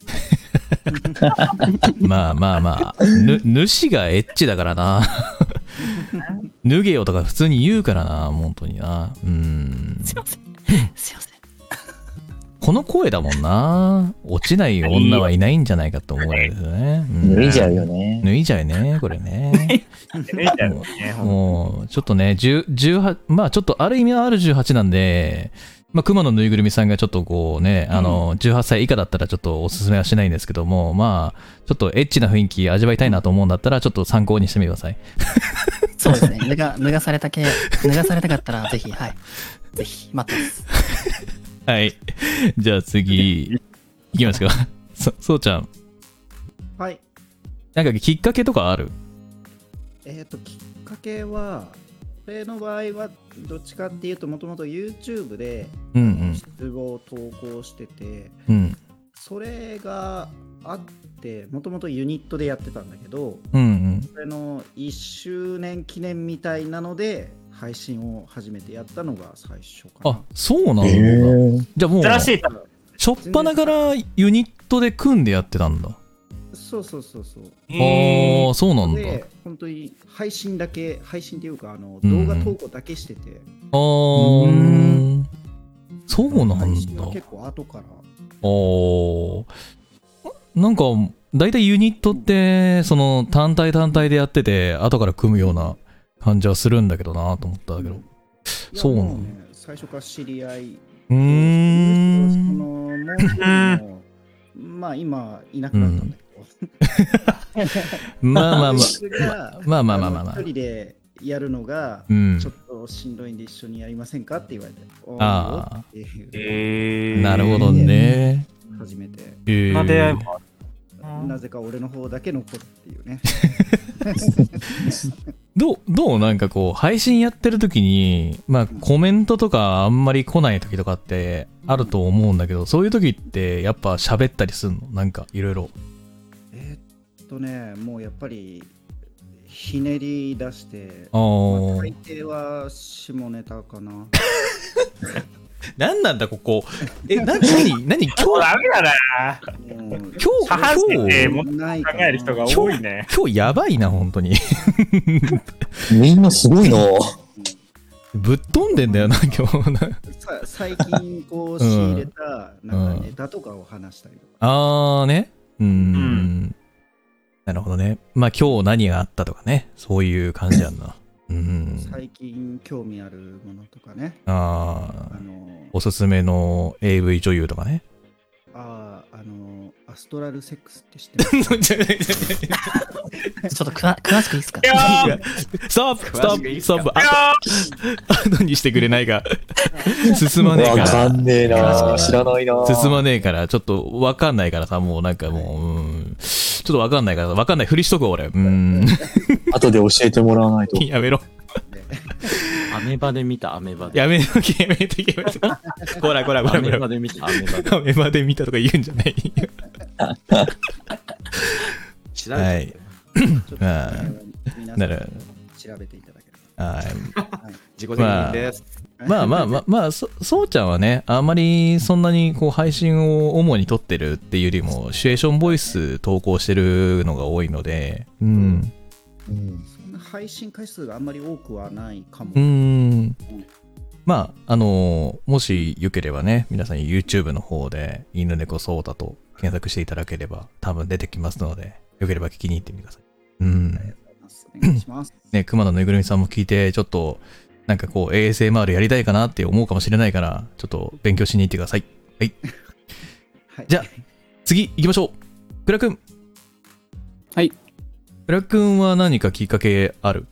S2: まあまあまあ。ぬ、主がエッチだからな。脱げよとか普通に言うからな、本当にな。うん。
S8: いません。すいません。
S2: この声だもんな。落ちない女はいないんじゃないかと思うぐらいですよね。うん
S3: 脱いじゃうよね。
S2: 脱いじゃうね、これね。
S1: ねえだろうねほん
S2: もう、ちょっとね、10 18、まあちょっとある意味は R18 なんで、まあ熊のぬいぐるみさんがちょっとこうね、あの、18歳以下だったらちょっとおすすめはしないんですけども、まあ、ちょっとエッチな雰囲気味わいたいなと思うんだったら、ちょっと参考にしてみてください。
S8: そうですね。脱が脱がされたけ、脱がされたかったら、ぜひ、はい。ぜひ、待ってます。
S2: はい。じゃあ次、いきますか。そ、そうちゃん。
S5: はい。
S2: なんかきっかけとかある
S5: えっ、と、きっかけは、俺の場合は、どっちかっていうと、もともと YouTube で
S2: うん
S5: 失望を投稿してて、
S2: うんうん
S5: それがあって、もともとユニットでやってたんだけど、
S2: うんうん
S5: それの1周年記念みたいなので、配信を初めてやったのが最初かな。
S2: あそうなんだ、
S3: ー
S2: じゃあもう
S1: 珍
S2: し
S1: しい多分
S2: ょっぱなからユニットで組んでやってたんだあ
S5: そうそうそうそう。
S2: あーそうなんだ
S5: で、本当に配信だけ、配信っていうか、あの
S2: うんう
S5: 動
S2: ん
S5: 画投稿だけしてて、
S2: あーうんそうなん
S5: 配信
S2: だ
S5: は結構後から。
S2: おーなんか大体ユニットってその単体単体でやってて後から組むような感じはするんだけどなと思ったけどう
S5: いや
S2: そうなの
S5: もね最初から知り合い
S2: ー
S5: でその
S2: ん
S5: もう一人 もまあ今いなくなったんだけど、
S2: まあまあまあ
S5: そいつが
S2: まあまあまあまあまあ
S5: の一人でやるのが
S2: うん
S5: ちょっとしんどいんで一緒にやりませんかって言われて、おー
S2: あ
S5: っていう
S1: え
S2: なるほどね
S5: 初めて
S2: えー
S1: な出会いも
S5: なぜか俺の方だけ残るってい うね
S2: どうどうなんかこう配信やってる時にまあコメントとかあんまり来ない時とかってあると思うんだけどそういう時ってやっぱ喋ったりすんのなんかいろいろ
S5: えーっとねもうやっぱりひねり出して
S2: あ
S5: まあ
S2: ー
S5: 大抵は下ネタかな
S2: 何なんだここえな何 何今日
S1: ダメだな
S5: もう
S2: 今日
S1: 下半身でもっ
S5: ない
S1: と
S5: か
S1: 考
S5: な
S1: える人が多いね
S2: 今日やばいな本当に
S3: みんなすごいな。
S2: ぶっ飛んでんだよな 今日な
S5: さ最近こう仕入れたなんかネタとかを話したりとか、
S2: あーねうーん
S1: ん
S2: なるほどねまあ今日何があったとかねそういう感じやんなうん
S5: 最近興味あるものとかね、
S2: あ
S5: あ
S2: ー
S5: の
S2: おすすめの AV 女優とかね
S5: あーあのアストラルセックスって知ってま す
S8: ちょっとくわ詳しくいいですか
S1: いや
S2: ストップストップストップ
S1: いや
S2: 後にしてくれないか進まねえ
S3: わ
S2: か
S3: からんねえな。知らないな。
S2: 進まねえからちょっとわかんないからさもうなんかもううんちょっとわかんないからわかんないふりしとくわ俺うん
S3: 後で教えてもらわないと。
S2: やめ ろ
S6: アメバで見た、アメバで。
S2: やめろ、やめとけ、やめと け。こらこらこ
S6: ア
S2: ら
S6: メバ
S2: こ
S6: で見た、アメバで。
S2: ら。メまで見たとか言うんじゃ ないよ。
S9: 調べちゃった
S2: は
S9: よ
S2: い。
S5: ちょっと
S2: あ
S5: 皆
S2: な
S5: さん
S2: るほど
S5: 調べていただけれ
S2: はい
S9: 自己責任です。
S5: ば
S2: まあまあまあ、まあ、そそうちゃんはね、あんまりそんなにこう配信を主に撮ってるっていうよりも、シチュエーションボイス投稿してるのが多いので、うん。
S3: うん
S5: そんな配信回数があんまり多くはないかも、
S2: うん。まあ、あのもしよければね、皆さん YouTube の方で、犬猫ソータと検索していただければ、多分出てきますので、よければ聞きに行ってみてください。うん。
S5: お願いします
S2: ね、熊のぬいぐるみさんも聞いて、ちょっと、なんかこう、ASMR やりたいかなって思うかもしれないから、ちょっと勉強しに行ってください。
S5: はい、
S2: じゃあ次、行きましょう。クラくん。
S7: はい
S2: クラくんは何かきっかけある、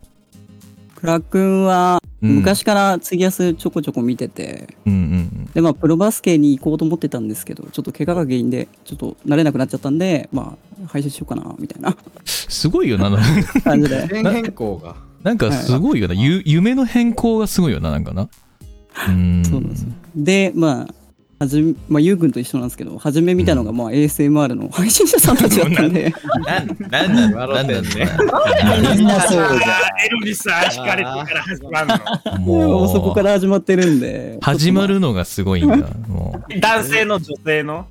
S7: クラ君は
S2: うん、
S7: 昔からツギアスちょこちょこ見てて、
S2: うんうんうん。
S7: でまあプロバスケに行こうと思ってたんですけどちょっと怪我が原因でちょっと慣れなくなっちゃったんでまあ配信しようかなみたいな
S2: すごいよな。な
S7: 感じで
S9: 全変更が。
S2: なんかすごいよな。ゆ夢の変更がすごいよな、なんかな。うん。
S7: そうなんですよでまあはじめまあ、ゆうくんと一緒なんですけど、初め見たのが、まあ、ASMR の配信者さんたちだったんで、
S2: なんなんなんなんなん
S3: みんなそうじゃん。
S1: エルビスは惹かれてから始まるの
S2: もう、
S7: そこから始まってるんで、
S2: 始ま
S7: ちょっとあ
S2: るのがすごいんだ。もう。
S1: 男性の女性の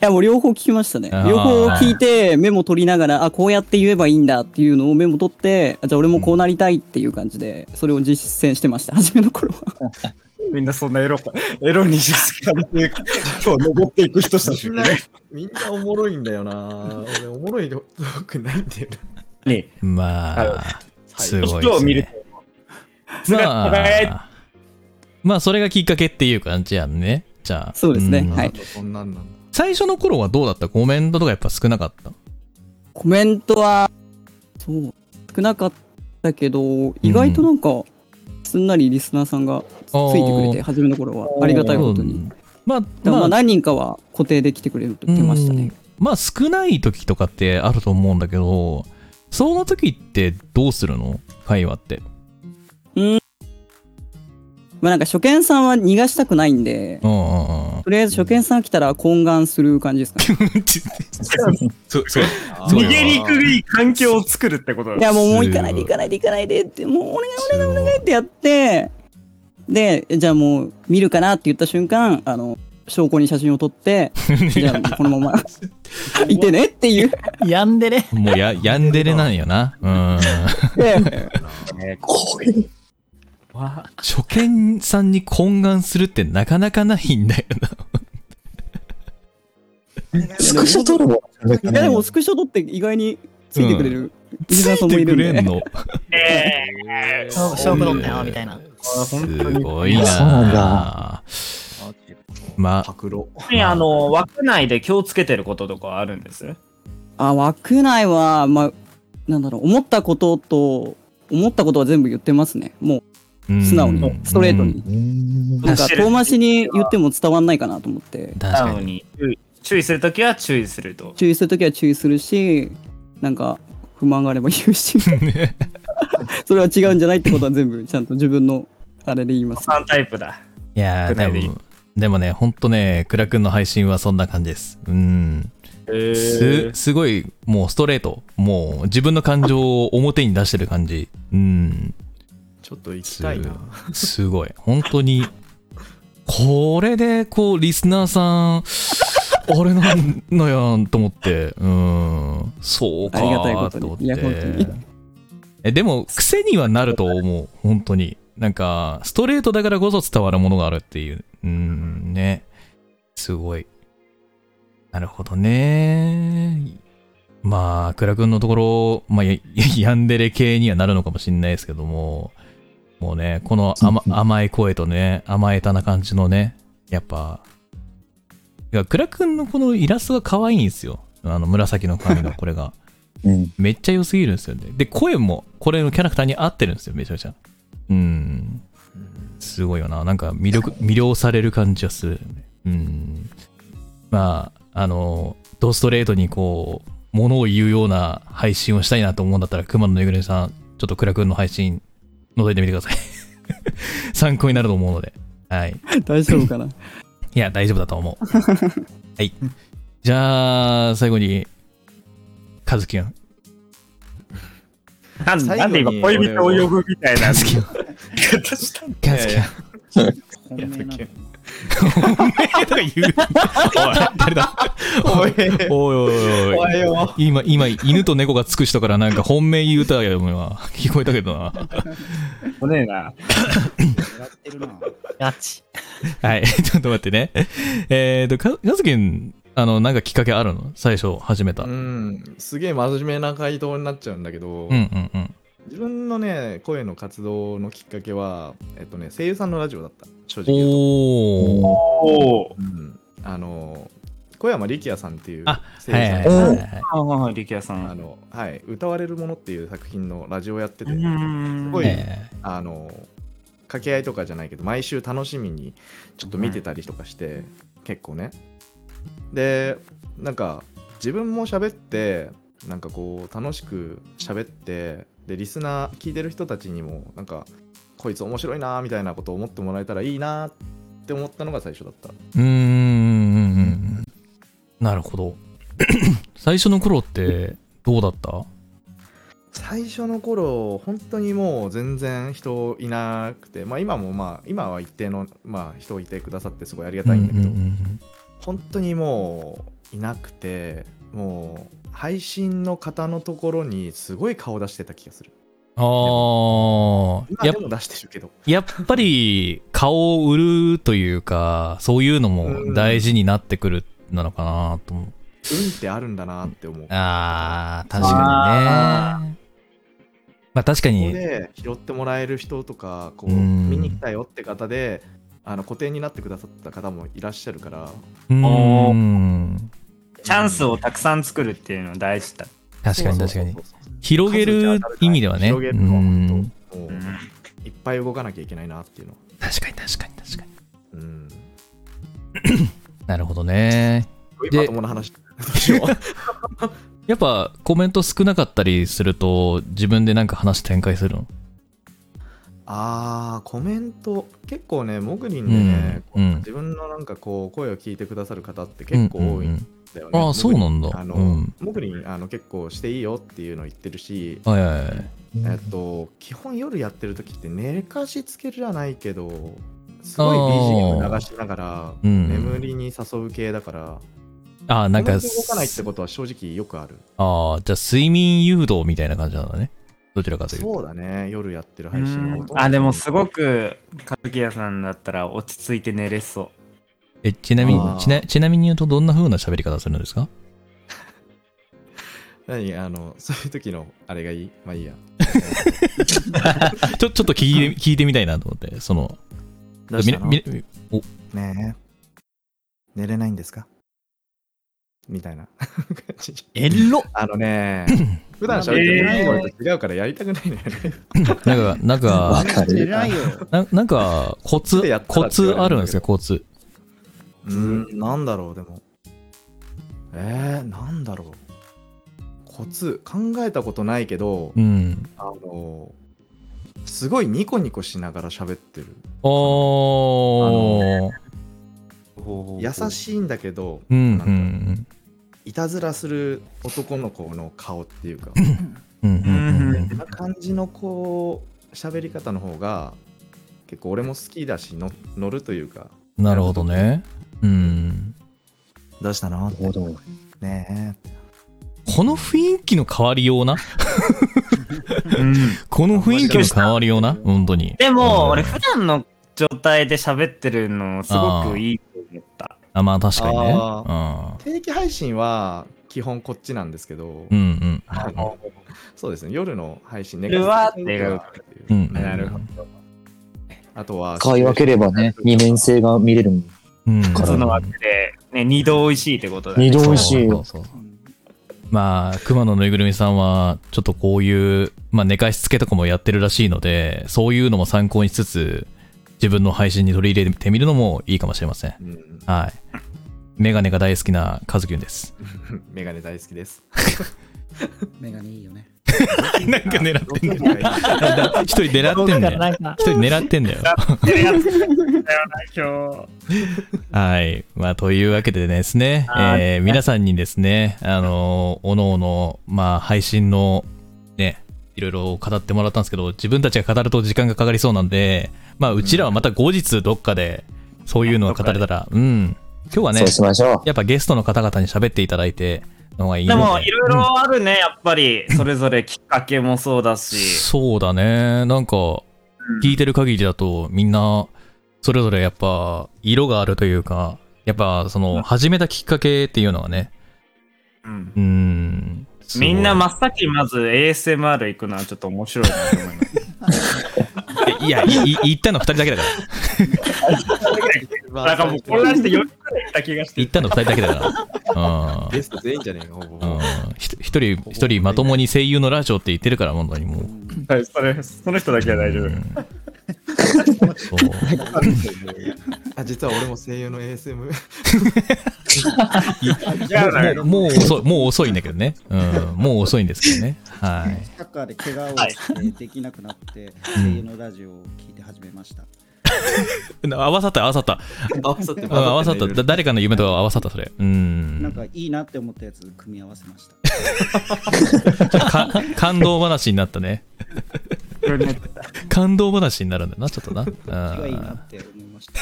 S7: いや、もう両方聞きましたね
S2: あー。
S7: 両方聞いて、メモ取りながら、あ、こうやって言えばいいんだっていうのをメモ取って、あじゃあ俺もこうなりたいっていう感じで、それを実践してました、初めの頃は。
S1: みんなそんなエロかエロに好きで今日登っていく人たち
S9: みんな、みんなおもろいんだよな。俺、おもろいの、多くないんだよな。
S1: に
S2: まあ、すごいで
S1: 人を
S2: す
S1: 見る
S2: ね。
S1: と
S2: ま
S1: 輝いて
S2: あ、まあ、それがきっかけっていう感じやんね。じゃあ。
S7: そうですね
S2: ん
S7: はい
S9: そんなんなんだ。
S2: 最初の頃はどうだったコメントとかやっぱ少なかった。
S7: コメントは、そう、少なかったけど、意外となんか、すんなりリスナーさんがつ
S2: あー
S7: いてくれて、初めの頃は、ありがたいことに。
S2: まあ、
S7: だからまあ
S2: まあ、
S7: 何人かは固定で来てくれてましたね。
S2: うんまあ少ない時とかってあると思うんだけど、その時ってどうするの会話って。
S7: まあなんか初見さんは逃がしたくないんで、
S2: うんうんうん。
S7: とりあえず初見さん来たら懇願する感じですかね。
S2: そうそう。
S1: 逃げにくい環境を作るってことだ
S7: いやもうもう行かないで行かないで行かないでって、もうお願いお願いお願いってやって、で、じゃあもう見るかなって言った瞬間、あの、証拠に写真を撮って、じゃあこのま まいてねっていう。
S8: やんでね。
S2: もうや、 やんでれなんよな。うん。
S7: で
S2: 初見さんに懇願するってなかなかないんだよな。
S3: スクショ撮るもん。
S7: いやでもスクショ撮って意外についてくれる。
S2: つ
S7: 石田さ
S2: い
S7: んも
S2: て
S7: いる
S2: く
S7: んで
S2: れんの。
S8: 勝負論だよ、みたいな。
S2: すごい
S3: あそうなん
S2: なまあ、
S9: パクロ。
S1: あの、枠内で気をつけてることとかあるんです
S7: あ、枠内は、まあ、なんだろう、思ったことと、思ったことは全部言ってますね。も
S2: うん
S7: う、素直に、ストレート。
S2: うん
S7: に。
S3: うん
S7: なんか、遠回しに言っても伝わんないかなと思って、
S2: 確
S1: な
S2: か
S1: の
S2: に。
S1: に、注意注意するときは注意すると。
S7: 注意するときは注意するし、なんか、不満があれば言う し、それは違うんじゃないってことは全部、ちゃんと自分の、あれで言います。
S1: 3タイプだ。
S2: いやー、
S1: 少な
S2: 多
S1: いでいい
S2: 分。でもね、ほんとね、くらくんの配信はそんな感じです。うん。す、すごい、もうストレート。もう自分の感情を表に出してる感じ。うん。
S9: ちょっと行きたいな。
S2: すごい。本当に、 これで、こう、リスナーさん、あれなんのやんと思って、うーん、そうか
S7: ありがたいこ
S2: ー
S7: と
S2: と思って。
S7: に。いや、本当に。
S2: えでも、癖にはなると思う、本当に。なんか、ストレートだからこそ伝わるものがあるっていう。うーん、ね。すごい。なるほどね。まあ、倉くんのところ、まあ、や ヤンデレ系にはなるのかもしれないですけども、もうね、この甘甘い声とね、甘えたな感じのね、やっぱ、いや、倉くんのこのイラストが可愛いんですよ。あの、紫の髪のこれが。
S3: うん
S2: めっちゃ良すぎるんですよね。で、声もこれのキャラクターに合ってるんですよ、めちゃめちゃ。うん。すごいよな。なんか魅力、魅了される感じがするよね。うん。まあ、あの、ドストレートにこう、ものを言うような配信をしたいなと思うんだったら、熊野ぬいぐるみさん、ちょっと倉くんの配信、覗いてみてください。参考になると思うので。はい。
S7: 大丈夫かな。
S2: いや、大丈夫だと思う。はい。じゃあ、最後に、和樹くん。
S1: なんなんで今、恋人を呼ぶみた いな。
S2: 和樹くん。和樹くん。
S5: 本命なんだよ
S2: とか言う。おい、誰だおい、おいおいおい。今、今、犬と猫がつく人からなんか本命言うたよ、今。聞こえたけどな。
S1: ねえな。
S5: 狙ってるな。
S8: ガチ。
S2: はい、ちょっと待ってね。えっと、か、かずきん、あの、なんかきっかけあるの最初始めた。う
S9: うんん、すげえ真面目な回答になっちゃうんだけど、
S2: うんうん。
S9: 自分のね、声の活動のきっかけは、えっとね、声優さんのラジオだった、正直言うと。
S2: おー。
S1: おお。
S9: うんあの、小山力也さんっていう
S2: あ
S9: 声
S2: はい
S9: 優
S2: はい
S9: さんが、
S2: はいはい。
S1: ああ、力也さ
S9: あ
S1: ん。
S9: の、はい、歌われるものっていう作品のラジオやってて、
S1: う
S9: す
S1: ん
S9: ごい、
S2: え
S9: あの、掛け合いとかじゃないけど、毎週楽しみにちょっと見てたりとかして、結構ね。で、なんか、自分も喋って、なんかこう、楽しく喋って、で、リスナー、聞いてる人たちにも、なんか、こいつ面白いなーみたいなことを思ってもらえたらいいなーって思ったのが最初だった。
S2: ーうーんうんうんうん。なるほど。 最初の頃って、どうだった
S9: 最初の頃本当にもう全然人いなくて、まあ、今もまあ今は一定の、まあ、人いてくださってすごいありがたいんだけど、
S2: うんうんうん
S9: 本当にもういなくてもう配信の方のところにすごい顔出してた気がする
S2: あ
S9: 今
S2: あ、やっ
S9: でも出してるけど
S2: やっぱり顔を売るというかそういうのも大事になってくるなのかなと思う、
S9: 運ってあるんだなって思うこ
S2: あー確かにねまあ確か
S9: こ
S2: に
S9: で拾ってもらえる人とかこう
S2: うん
S9: 見に来たよって方であの固定になってくださった方もいらっしゃるから
S2: うーん
S1: チャンスをたくさん作るっていうの大事だ。
S2: 確かに確かに
S9: そうそうそうそう
S2: 広げる意味ではね
S9: 広げるのは
S2: うん
S9: 本当もういっぱい動かなきゃいけないなっていうのは
S2: 確かに確かに確かに
S9: うん
S2: なるほどね
S9: すごい
S2: で
S9: まともな話
S2: やっぱコメント少なかったりすると自分でなんか話展開するの
S9: あーコメント結構ねモグリンでね、
S2: うんうん
S9: 自分のなんかこう声を聞いてくださる方って結構多いんだよ
S2: うん
S9: ね、
S2: うんうんあーそうなんだ
S9: あ
S2: う
S9: の
S2: ん
S9: モグリンあの結構していいよっていうの言ってるし、
S2: はいはいはい
S9: えっと基本夜やってる時って寝かしつけるじゃないけどすごい BGM 流しながら
S2: うん
S9: 眠りに誘う系だから、
S2: ああなんか
S9: コメント動かないってことは正直よくある
S2: ああじゃあ睡眠誘導みたいな感じなんだねどちらかというと
S9: そうだね夜やってる配信はほとんど
S1: あ、でもすごく、かずきやさんだったら落ち着いて寝れそ
S2: えちなみ
S9: あ
S2: に
S9: ー
S2: ちなちなみに言うとどんな風な喋り方するんですか
S9: 何あのそういう時のあれがいいまあいいや
S2: ちょちょ っと聞いて聞いてみたいなと思ってその
S9: どうしたの
S2: みみお
S9: ねえ、寝れないんですかみたいな。
S8: えろ
S9: あのね、普段喋ってる
S5: えー
S9: 声と違うからやりたくないのよね。
S2: なんかなん
S3: わ
S2: か
S3: かる。
S5: 偉いよ。
S2: ななんかコツ
S9: やったら
S2: コ
S9: って言わ
S2: ツあ
S9: れるんだけど
S2: るんですかコツ
S9: うん、なんだろう、でも。えー、なんだろう。コツ、考えたことないけど、
S2: うん
S9: あの、すごいニコニコしながら喋ってる。
S2: お
S1: う。
S2: ー
S9: 優しいんだけど、
S2: うん
S9: な
S2: うん
S9: か
S2: ん
S9: いたずらする男の子の顔っていうか。
S2: うんうんうんうん
S9: こんな感じのこう喋り方の方が結構俺も好きだしの乗るというか
S2: なるほどねうん
S9: どうしたの
S3: なるほど。
S9: ねえ
S2: この雰囲気の変わりような
S1: うん
S2: この雰囲気の変わりような本当に
S1: で
S2: うん
S1: も、俺普段の状態で喋ってるのすごくいいと思った。
S2: あまあ確かにね
S9: 定期配信は基本こっちなんですけど、
S2: うんうん
S9: あのそうですね夜の配信ね
S1: 夜は
S9: 寝かせつけっていう
S2: うん
S9: ね
S2: なるほ
S1: ど。
S9: あとは
S3: 買い分ければね、二面性が見れるもん。
S2: うんうん
S3: から
S1: その枠で、ね、二度美味しいってことだね。
S3: 二度美味しい
S2: そう
S3: よ。
S2: そうそうまあ熊のぬいぐるみさんはちょっとこういう、まあ、寝かしつけとかもやってるらしいのでそういうのも参考にしつつ自分の配信に取り入れてみるのもいいかもしれません
S9: うん、
S2: はいメガネが大好きなカズキュンです
S9: メガネ大好 きです。
S5: メガネいいよね。
S2: なんか狙ってんだよ
S9: メガネ大好き
S2: 一人狙ってんだよ一人狙ってんだよ
S1: 今
S2: はい。まあ、というわけでですね、
S1: はい
S2: えー皆さんにですね、あのー、おのおの、まあ、配信の、ね、いろいろ語ってもらったんですけど、自分たちが語ると時間がかかりそうなんで、まあ、うちらはまた後日どっかで、そういうのが語れたら、うん。今日はね
S3: そう、しましょ
S2: やっぱゲストの方々に喋っていただいてのがいい
S1: 日
S2: の
S1: でも、いろいろあるね、やっぱり。それぞれきっかけもそうだし。
S2: そうだね。なんか、聞いてる限りだと、みんな、それぞれやっぱ、色があるというか、やっぱ、その、始めたきっかけっていうのはね、
S1: うん
S2: うーん。 すごい
S1: みんな真っ先にまず ASMR 行くのはちょっと面白いなと思います。
S2: いや、いい行ったの2人 だけだから。
S1: なんかもう混乱して4人くらい行った気がして。
S2: 行ったの2人だけだから。うん
S9: ゲスト全員じゃねえか、ほぼ
S2: う
S9: ほぼ
S2: ん。ひ一人、一人まともに声優のラジオって言ってるから、本当にもう。
S1: はい、それ、その人だけは大丈夫
S2: う。んそう
S9: あ実は俺も声優の ASM
S1: 違うのよ。
S2: もうもう遅い、もう遅いんだけどね。うん、もう遅いんですけどね。はい。
S5: サッカーで怪我をしてできなくなって、声優のラジオを聞いて始めました。
S2: 合わさった、合わさった。
S9: 合わさって
S2: うん合わさった。だ誰かの夢と合わさった、それ。うん。
S5: なんかいいなって思ったやつ組み合わせました。
S2: か感動話になったね。感動話になるんだな、ちょっとな。
S5: 気がいい
S2: うん
S5: なって思いました。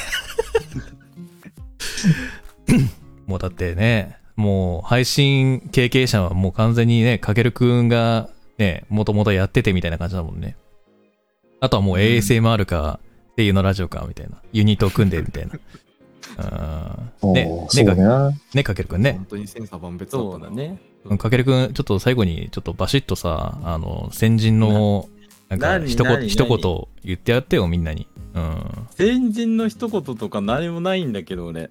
S2: もうだってね、もう配信経験者はもう完全にね、かけるくんがね、もともとやっててみたいな感じだもんね。あとはもう ASMR か、声優のラジオか、みたいな。ユニットを組んで、みたいな。う
S3: う。
S2: ん。ね
S3: お、ー
S2: ね
S3: そう
S2: か
S3: な。
S2: ね、かけるくんね
S9: 本。当に千差万別だった
S6: そう
S9: な
S6: だね。
S2: うんかけるくん、ちょっと最後に、ちょっとバシッとさ、あの、先人の、なんか、
S6: 何
S2: 一言、
S6: 何
S2: 一言言ってやってよ、みんなに。うん。
S6: 先人の一言とか何もないんだけど俺。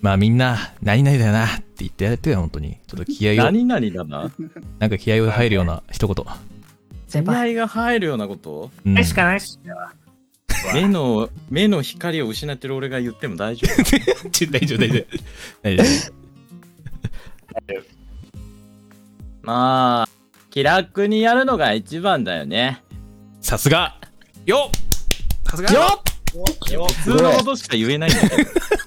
S2: まあみんな、何々だよな、って言ってやってよ、本当に。ちょっと気合を、
S6: 何々だな。
S2: なんか気合を入るような一言。
S8: 先
S6: 気
S8: 輩、
S6: 合が入るようなこと
S2: うん
S1: しかないし。
S6: 目の、目の 光を失ってる俺が言っても大丈夫。
S2: ち大丈夫、大丈夫。大丈夫。
S6: まあ、気楽にやるのが一番だよね。
S2: さすがよっさすが
S6: よっ普通のことしか言えないんだ け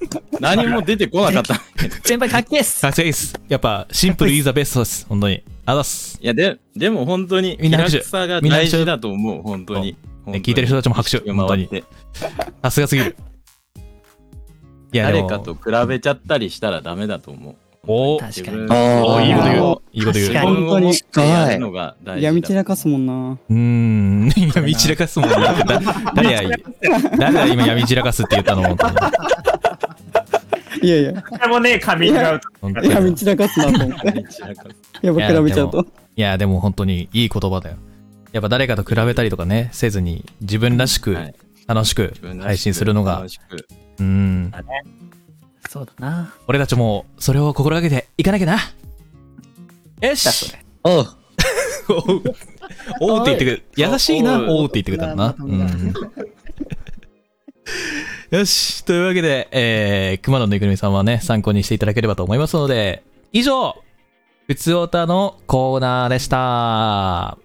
S6: ど。何も出てこなかった。い
S8: 先輩かっけえっす
S2: さすがです。やっぱシンプルイーザベストです。本当に。あざっす。
S6: や、で、でも本当に
S2: み
S6: 気
S2: んな拍手
S6: 楽さが大事だと思う、本当に。
S2: ね聞いてる人たちも拍手
S6: 本当に回って
S2: さすがすぎる。いや、で
S6: 誰
S2: も
S6: かと比べちゃったりしたらダメだと思う。
S2: おー
S8: 確か
S6: 自
S8: に
S6: 分
S2: お
S3: あ
S2: ーいいこと言う
S3: ー。。
S2: いいこと言
S8: 確
S2: う。
S8: かに
S6: 本当にやるのが大事だ。
S7: 闇散らかすもんな。
S2: うーん、 闇 散らかすもんね。だ誰や、誰や今闇散らかすって言ったの本当に
S7: いやいや、
S1: でもね、髪がう
S2: 本当に
S7: 闇散らかすなと思って。
S6: 闇散らかす
S7: やば、比べちゃうと。
S2: いや、でも本当にいい言葉だよ。やっぱ誰かと比べたりとかね、せずに自分らしく
S6: はい
S2: 楽しく
S6: 自分らしく
S2: 配信するのが
S6: 楽、しく
S2: うん、
S8: そうだな
S2: 俺たちもそれを心がけていかなきゃな。よし
S3: おう
S2: おうおうって言ってくる。優しいな、おうって言ってくれたのな。うん よし、というわけで、えー、熊野ぬいぐるみさんはね、参考にしていただければと思いますので、以上、ふつおたのコーナーでした。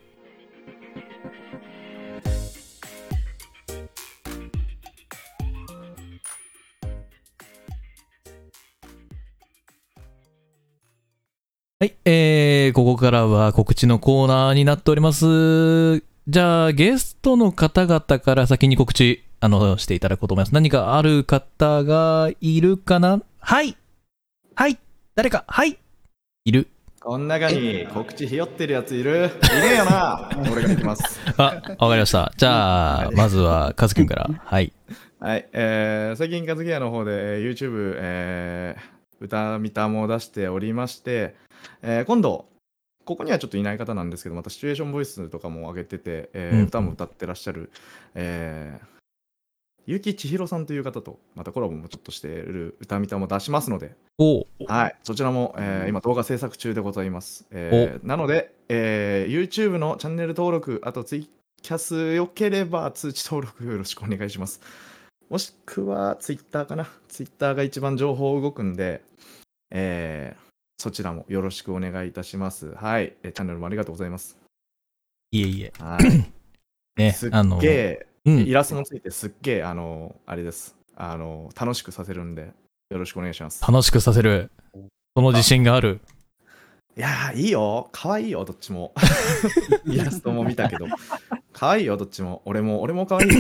S2: はい、えー、ここからは告知のコーナーになっております。じゃあ、ゲストの方々から先に告知、あの、していただこうと思います。何かある方がいるかなはいはい誰かはいいる
S9: この中に告知ひよってるやついるいねえよな俺が行きます。
S2: あ、わかりま した。じゃあ、まずは、カズくんから。はい。
S9: はい、えー最近、カズギアの方で、えー YouTube、えー歌みたも出しておりまして、えー今度、ここにはちょっといない方なんですけど、またシチュエーションボイスとかも上げてて、えー
S2: うん
S9: 歌も歌ってらっしゃる、えー、結城千尋さんという方と、またコラボもちょっとしている歌みたも出しますので、
S2: おう
S9: はい、そちらも、えー今動画制作中でございます。えーなので、えー YouTube のチャンネル登録、あとツイキャスよければ通知登録よろしくお願いします。もしくは Twitter かな。Twitter が一番情報動くんで、えーそちらもよろしくお願いいたします。はい、えーチャンネルもありがとうございます。
S2: いえいえ。
S9: はい、
S2: ね
S9: すっ、
S2: あの、
S9: げえ、
S2: うん
S9: イ。ラストもついてすっげえ、あの、あれです。あの、楽しくさせるんで、よろしくお願いします。
S2: 楽しくさせる。その自信がある。
S9: いやー、いいよ。可愛いよ、どっちも。イラストも見たけど。可愛いよ、どっちも。俺も、俺も可愛いよ。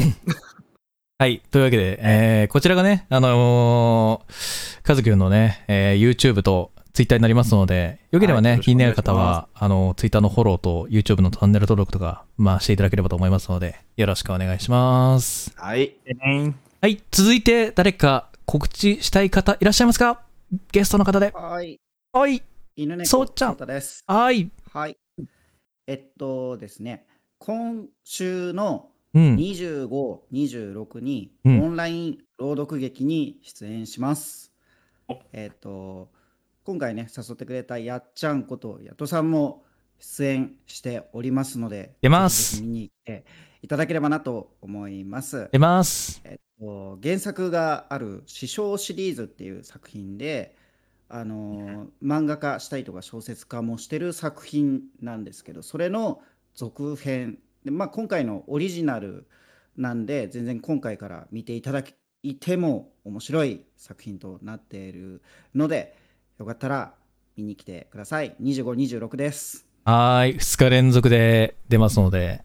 S2: はい。というわけで、えーこちらがね、あのー、カズくんのね、えー YouTube と Twitter になりますので、よければね、
S9: はい
S2: 気になる方
S9: よろしくお願い
S2: は、あの、Twitter のフォローと YouTube のチャンネル登録とか、まあ、していただければと思いますので、よろしくお願いします。
S9: はい。
S1: ね。
S2: はい。続いて、誰か告知したい方いらっしゃいますかゲストの方で。
S5: はい。
S2: はい。
S5: 犬猫
S2: そうちゃん
S5: 太です。
S2: はい。
S5: はい。えっとですね、今週の
S2: うん。
S5: 25、26にオ
S2: うん
S5: ンライン朗読劇に出演します。えっと、今回ね、誘ってくれたやっちゃんことやとさんも出演しておりますので、
S2: 出ます
S5: ぜひぜひ見に来ていただければなと思います。
S2: 出ます。
S5: えっと、原作がある「師匠シリーズ」っていう作品で、あの漫画化したりとか小説化もしてる作品なんですけどそれの続編で、まあ、今回のオリジナルなんで全然今回から見ていただいても面白い作品となっているのでよかったら見に来てください2526です
S2: はーい。2日連続で出ますので、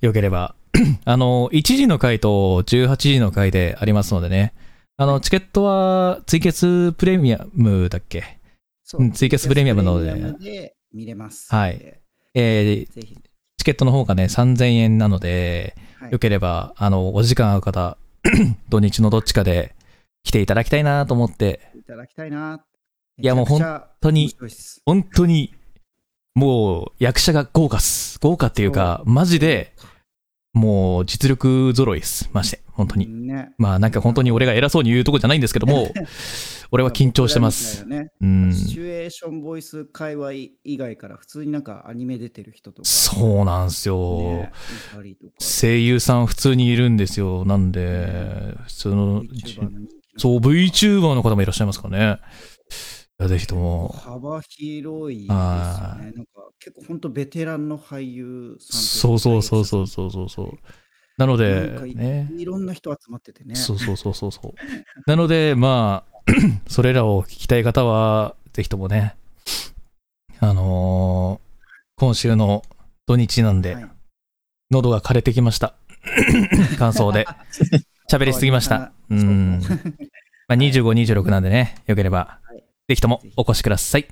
S2: よければ。 あの、1時の回と18時の回でありますのでね。あの、チケットは、追決プレミアムだっけ
S5: そう
S2: うんツイキャスプレミアムなので
S5: ツイキャスプレミアムで見れます
S2: はい
S5: ぜ
S2: えー
S5: ひ、
S2: チケットの方がね、3000円なので、
S5: はい
S2: よければ、あの、お時間合う方、 土日のどっちかで来ていただきたいなと思って、
S5: いただきたいな。
S2: いやもう本当に
S5: めちゃくちゃ面白いっす。
S2: 本当に、もう役者が豪華っす。豪華っていうか、マジで、もう実力揃いっす。まして、本当に。
S5: ね。
S2: まあなんか本当に俺が偉そうに言うとこじゃないんですけど も、俺は緊張してます。
S5: 僕らみたいな
S2: う
S5: ね
S2: ん。
S5: シチュエーションボイス界隈以外から普通になんかアニメ出てる人とか。
S2: そうなんす
S5: う
S2: よ。
S5: いたりとか。
S2: 声優さん普通にいるんですよ。なんで、普通の、
S5: VTuber の人気の
S2: そう、VTuber の方もいらっしゃいますからね。やぜひとも、
S5: 幅広いですよね。
S2: あ
S5: なんか結構本当ベテランの俳優さん
S2: そうそうそうそうそうそうそう。なので
S5: なんか、い
S2: ね。
S5: いろんな人集まっててね。
S2: そうそうそうそうそう。なので、まあ、 それらを聞きたい方は、ぜひともね、あのー今週の土日なんで、
S5: はい
S2: 喉が枯れてきました。 感想で。喋りすぎました。う
S5: そうか
S2: ん。まあ、25、26なんでね、よければ
S5: はい、
S2: ぜひともお越しください。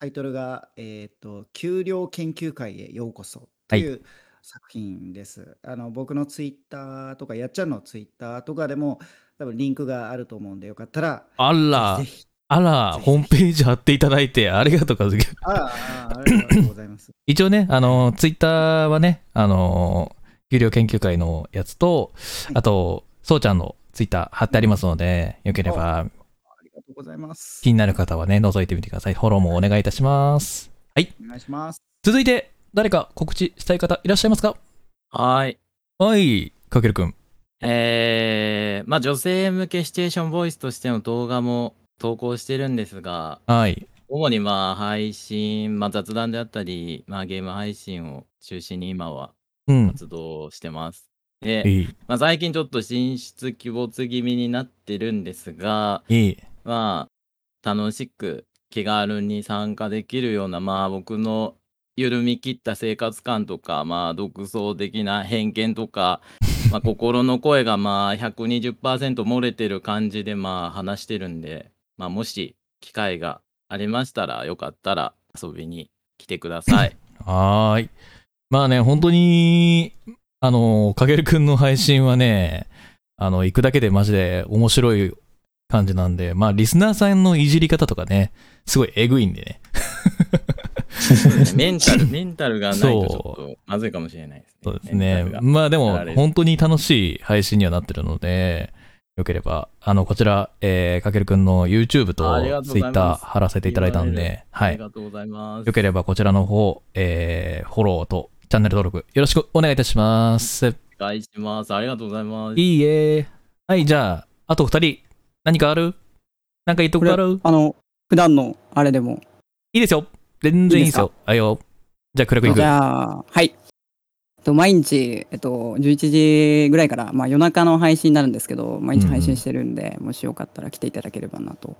S5: タイトルが、えっ、と、給料研究会へようこそという作品です。あの、僕のツイッターとか、やっちゃんのツイッターとかでも、多分リンクがあると思うんで、よかったら、
S2: あら
S5: ぜ、ひ。
S2: あら、ホームページ貼っていただいて、ありがとうかずき。
S5: ああああ、ありがとうございます。
S2: 一応ね、あの、ツイッターはね、あの、有料研究会のやつと、
S5: い
S2: あと、そうちゃんのツイッター貼ってありますので、よければ
S5: ありがとうございます
S2: 気。になる方はね、覗いてみてください。フォローもお願いいたします。
S5: お願いします。
S2: 続いて、誰か告知したい方いらっしゃいますか
S6: はーい。
S2: はい、かけるくん。
S6: えー、まあ女性向けシチュエーションボイスとしての動画も投稿してるんですが、
S2: はい。
S6: 主にまあ配信、まあ雑談であったり、まあゲーム配信を中心に今は
S2: うん。
S6: 活動してます。で、
S2: いい、
S6: まあ、最近ちょっと進出鬼没気味になってるんですが、
S2: いい。
S6: まあ、楽しく気軽に参加できるような、まあ僕の緩み切った生活感とか、まあ独創的な偏見とか、まあ心の声がまあ120%漏れてる感じでまあ話してるんで、まあもし機会がありましたら、よかったら遊びに来てくだ さい。
S2: はーい。まあね、本当に、あの、かけるくんの配信はね、あの、行くだけでマジで面白い感じなんで、まあ、リスナーさんのいじり方とかね、すごいえぐいんでね。
S6: メンタル、メンタルがないとち
S2: そう
S6: ょっとまずいかもしれないですね。
S2: そうです
S6: メ
S2: ね
S6: ンタルが。
S2: まあで
S6: や
S2: も
S6: られ、る
S2: 本当に楽しい配信にはなってるので、よければ、あの、こちら、えー、かけるくんの YouTube
S6: あり
S2: と
S6: がとうございます
S2: Twitter 貼らせていただいたんで、は
S6: あり
S2: い。
S6: がとうございます。
S2: よければこちらの方、えー、フォローとチャンネル登録よろしくお願いいたします。
S6: お願いします。ありがとうございます。
S2: いいえ。はい、じゃあ、あと二人、何かある何か言っとく
S7: これ
S2: ある
S7: あの、普段のあれでも。
S2: いいですよ。全然いいですよ。はいよ。じゃあ、クラク行く
S7: じ。ゃあ、はい。えっと毎日、えっと、11時ぐらいから、まあ、夜中の配信になるんですけど、毎日配信してるんで、もしよかったら来ていただければなと。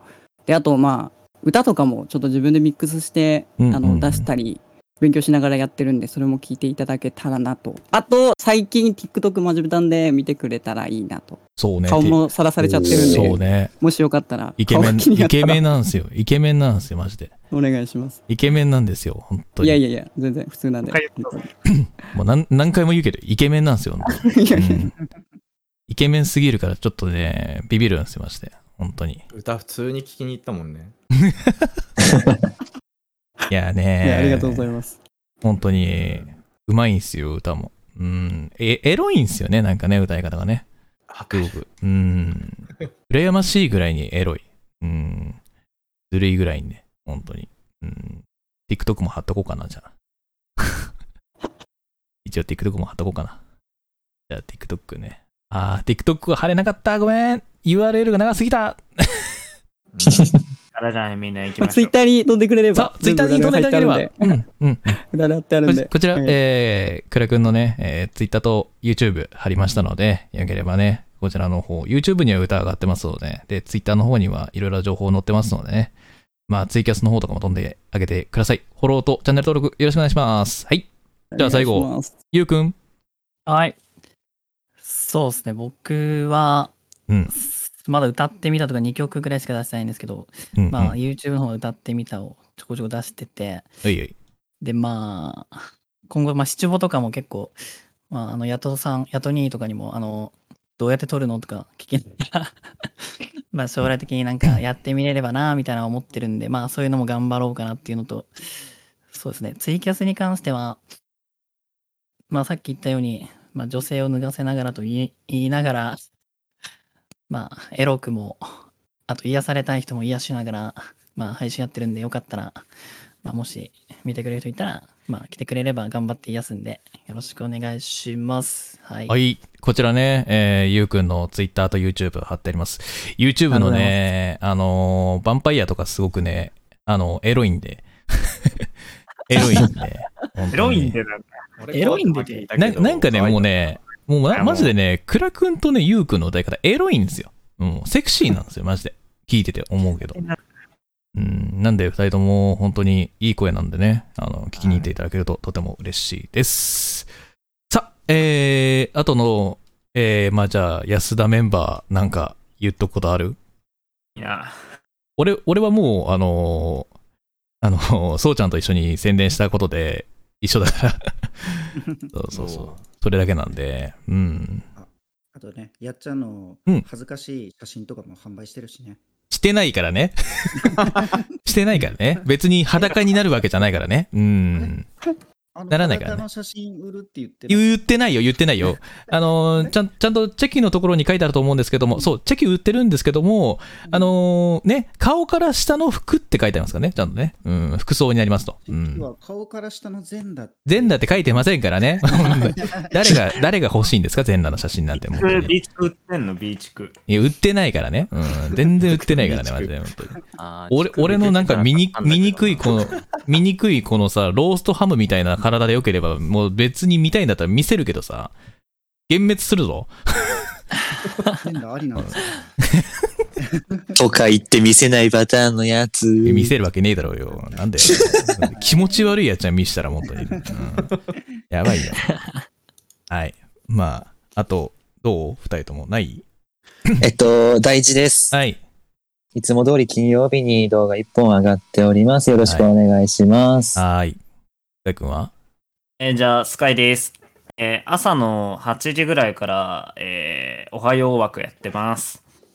S7: で、あと、まあ、歌とかもちょっと自分でミックスして、
S2: うんうんうん
S7: あの出したり、勉強しながらやってるんで、それも聞いていただけたらなと。あと、最近 TikTok マジブタンで見てくれたらいいなと。
S2: そうね。
S7: 顔もさらされちゃってるんで、
S2: そうね。
S7: もしよかったら、
S2: イケメ
S7: 顔
S2: ン、
S7: 気にな
S2: イ
S7: ったら
S2: ケメンなんですよ。イケメンなんですよ、マジで。
S7: お願いします。
S2: イケメンなんですよ、本当
S7: い
S2: に。
S7: やいやいや、全然普通なんで。
S2: もう何何回も言うけど、イケメンなんですよ、本当に
S7: いやいや
S2: うんイケメンすぎるから、ちょっとね、ビビるんですよ、マジで。本当に。
S9: 歌普通に聞きに行ったもんね。
S2: いや
S7: い
S2: ね
S7: やありがとうございます。
S2: 本当に、うまいんすよ、歌も。うん。え、エロいんすよね、なんかね、歌い方がね。す
S9: 白
S2: ごく。うん。羨ましいぐらいにエロい。うん。ずるいぐらいにね、本当に。うん。TikTok も貼っとこうかな、じゃあ。 一応 TikTok も貼っとこうかな。じゃあ TikTok ね。あー、TikTok が貼れなかった。ごめん。URL が長すぎた。
S4: からじ ゃあみんな行き
S7: まあ、
S4: ま
S7: ツ
S4: しょ
S7: イッ
S4: う。
S7: ターに飛んでくれれば
S2: さ。あ、Twitter に飛んでいただければ。うん。うん。
S7: 裏で貼ってある
S2: こ
S7: ん
S2: ち
S7: で。
S2: こちら、
S7: はい
S2: えー、くらくんのね、えー、ツイッターと YouTube 貼りましたので、よければね、こちらの方、YouTube には歌上がってますので、で、ツイッターの方にはいろいろ情報載ってますのでね、まあ、ツイキャスの方とかも飛んであげてください。フォローとチャンネル登録よろしくお願いします。はい。じゃあ最後
S7: お願いします
S2: ゆうくん。
S8: はい。そうですね、僕は、
S2: うん
S8: まだ歌ってみたとか2曲ぐらいしか出してないんですけど、
S2: うん、うん。
S8: まあ
S2: はい
S8: YouTube の方で歌ってみたをちょこちょこ出してて、
S2: はい。
S8: で、まあ、今後、まあ、シチュボとかも結構、まあ、あの、ヤトさん、ヤト兄とかにも、あの、どうやって撮るのとか聞きながら、 まあ、将来的になんかやってみれればな、みたいな思ってるんで、まあ、そういうのも頑張ろうかなっていうのと、そうですね、ツイキャスに関しては、まあ、さっき言ったように、まあ、女性を脱がせながらと言い言いながら、まあ、エロくも、あと、癒されたい人も癒しながら、まあ、配信やってるんで、よかったら、まあ、もし見てくれる人いたらまあ、来てくれれば頑張って休んで、よろしくお願いします。はい。
S2: はい。こちらね、えー、ゆうくんのツイッターと YouTube 貼ってあります。YouTube のね、あのー、ヴァンパイアとかすごくね、あの、エロいん で。エロいんで。
S1: エロいん
S2: で。
S1: でなんか
S8: エロいんでて
S2: ななんかね、もうね、もうなマジでね、クラくんとね、ゆうくんの歌い方、エロいんですよ。うん、セクシーなんですよ、マジで。聞いてて思うけど。うん、なんで、二人とも本当にいい声なんでね、あの、聞きに行っていただけるととても嬉しいです。さあ、えー、あとの、えー、まあじゃあ、安田メンバーなんか言っとくことある
S1: いや
S2: 俺、俺はもう、あのーあのー、そうちゃんと一緒に宣伝したことで、一緒だから。 そうそうそう。それだけなんで、うん。
S5: あとね、やっちゃんの
S2: うん
S5: 恥ずかしい写真とかも販売してるしね。
S2: してないからね。 してないからね。別に裸になるわけじゃないからね。うん。
S5: あの
S2: ならないからね
S5: 裸の写真売るって言ってる。
S2: 言ってないよ、言ってないよ。あのーちゃん、ちゃんとチェキのところに書いてあると思うんですけども、そう、チェキ売ってるんですけども、あのーね、顔から下の服って書いてありますからね、ちゃんとね。うん、服装になりますと。う
S5: 今日
S2: ん。
S5: は顔から下の全裸。
S2: 全裸って書いてませんからね。 誰が、誰が欲しいんですか全裸の写真なんて。もう
S1: ビーチク売ってんのビーチク
S2: いや、売ってないからね。うん、全然売ってないからね、マジで。本当に
S6: あー
S2: 俺
S6: 乳首
S2: 俺のなんか
S6: 出て
S2: 見に
S6: た
S2: 見にくいこの、見にくいこのさ、ローストハムみたいな体でよければ、もう別に見たいんだったら見せるけどさ、幻滅するぞ。
S5: 全裸ありなんですよ。
S3: とか言って見せないパターンのやつ。
S2: 見せるわけねえだろうよ。なんで 気持ち悪いやつは見したら本当に。うんやばいよ。はい。まあ、あと、どう二人ともない
S3: えっと、大事です。
S2: はい。
S3: いつも通り金曜日に動画1本上がっております。よろしくお願いします。
S2: はーい。大くんは
S1: えーじゃあ、スカイです。えー朝の8時ぐらいから、えーおはよう枠やってます。あ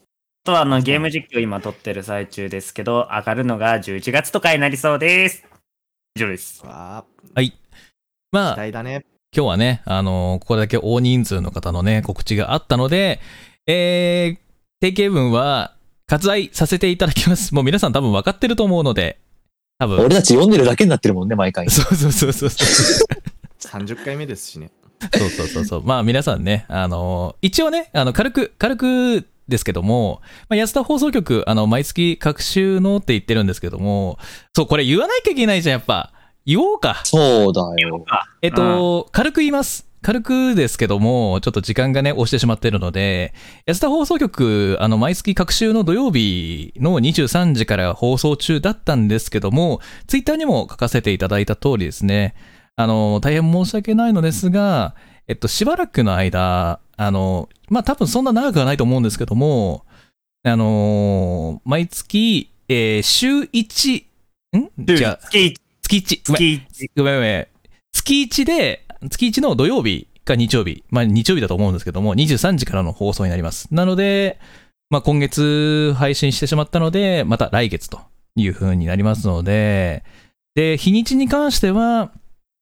S1: とは、あの、ゲーム実況今撮ってる最中ですけど、上がるのが11月とかになりそうです。以上です。
S9: わあ、
S2: まあ
S9: 期、待だね。
S2: 今日はね、あのーこれだけ大人数の方のね、告知があったので、えー、定型文は割愛させていただき ます。もう皆さん多分分かってると思うので、多分。
S3: 俺たち読んでるだけになってるもんね、毎回。
S2: そうそうそう そうそう。
S9: 30回目ですしね。
S2: そうそうそうそう。まあ皆さんね、あのー一応ね、あの、軽く、軽くですけども、まあ、安田放送局、あの、毎月各週のって言ってるんですけども、そう、これ言わなきゃいけないじゃん、やっぱ。言おうか。
S3: そうだよ。
S2: えっと、軽く言います。軽くですけども、ちょっと時間がね、押してしまっているので、安田放送局、あの、毎月各週の土曜日の23時から放送中だったんですけども、ツイッターにも書かせていただいた通りですね、あの、大変申し訳ないのですが、えっと、しばらくの間、あの、まあ、多分そんな長くはないと思うんですけども、あのー毎月、えー週1、んじゃあ
S1: 月一
S2: 月1、ごめん
S1: 月一
S2: ごめんごめん。月1で、月1の土曜日か日曜日、まあ日曜日だと思うんですけども、23時からの放送になります。なので、まあ今月配信してしまったので、また来月という風になりますので、で、日にちに関しては、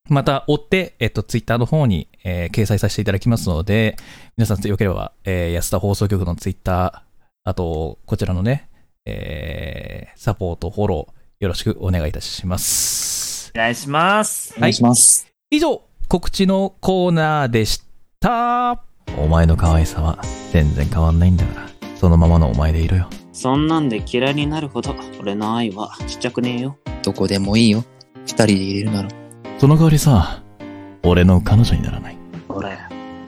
S2: また追って、えっと、ツイッターの方に、えー掲載させていただきますので、皆さんよければ、えー安田放送局のツイッター、あと、こちらのね、えーサポート、フォロー、よろしくお願いいたします。
S1: お願いします。
S3: お願いします。
S2: 以上告知のコーナーでしたお前の可愛さは全然変わんないんだからそのままのお前でいろよ
S10: そんなんで嫌いになるほど俺の愛はちっちゃくねえよ。
S3: どこでもいいよ。二人で入れるなら。
S2: その代わりさ俺の彼女にならない
S10: 俺、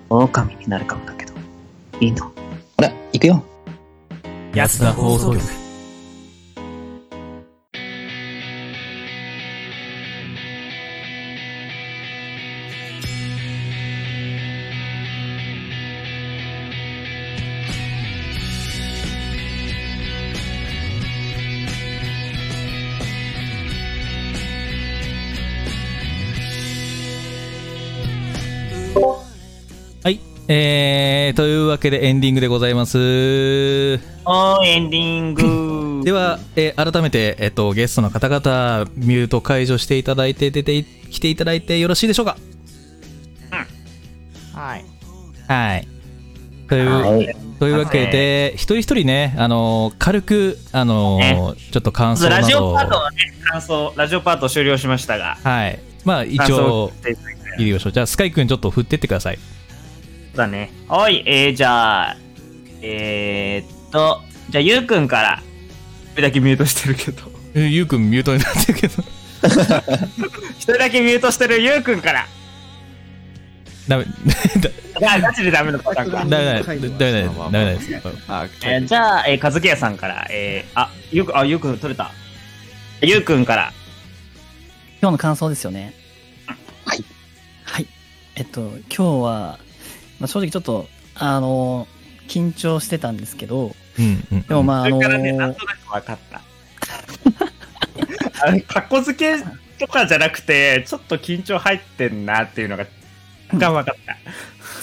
S10: 狼になるかもだけど。いいの
S3: ほら、行くよ。
S2: 安田放送局はいえー、というわけでエンディングでございます
S1: おー、エンディング。
S2: では、えー改めて、えっと、ゲストの方々ミュート解除していただいて出てきていただいてよろしいでしょうか
S9: はい。
S2: はいという、
S3: はい。
S2: というわけで、一人一人ね、あのー軽く、あのーちょっと感
S1: ま
S2: 想
S1: ず
S2: な
S1: ラジ
S2: ど
S1: オ
S2: を
S1: パートのね、感想、ラジオパート終了しましたが、
S2: はい。まあ一
S1: 感想を
S2: 応
S1: 聞いてくれたよ
S2: 入りましょうじゃあスカイくんちょっと振ってってください
S1: だね。おい、えー、じゃあ、えー、っと、じゃあ、ゆうくんから。一人だけミュートしてるけど。
S2: えゆうくんミュートになってる けど
S1: 一人だけミュートしてるゆうくんから。
S2: ダメ
S1: じゃあ、ガチでダメなパターン
S2: ダ
S1: か。
S2: メダメダメダメダメダメです
S9: あ
S1: えーじゃあ、えー、かずきやさんから、えー、あ、ゆうくん、あ、ゆうくん取れた。ゆうくんから。
S8: 今日の感想ですよね。はい。はい。えっと、今日は、まあ、正直ちょっと、あのー緊張してたんですけど、
S2: うんうん
S8: でもまあ、あのー
S1: それからね、なんとなく分かった。あれ、かっこ付けとかじゃなくて、ちょっと緊張入ってんなっていうのが、が分かった。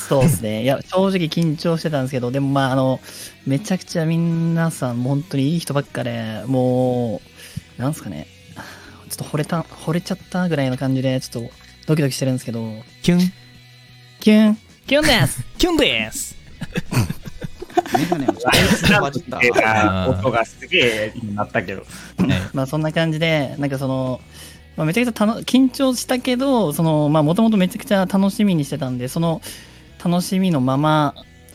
S8: そうです ね。いや、正直緊張してたんですけど、でもまあ、あの、めちゃくちゃ皆さん、本当にいい人ばっかで、もう、なんすかね、ちょっと惚れた、惚れちゃったぐらいの感じで、ちょっとドキドキしてるんですけど、
S2: キュン
S8: キュンキュンです
S2: キュンです
S1: マジだ。音がすげえなったけど。
S8: まあそんな感じで、なんかその、まあ、めちゃくちゃ楽緊張したけど、その、まあもともとめちゃくちゃ楽しみにしてたんで、その楽しみのまま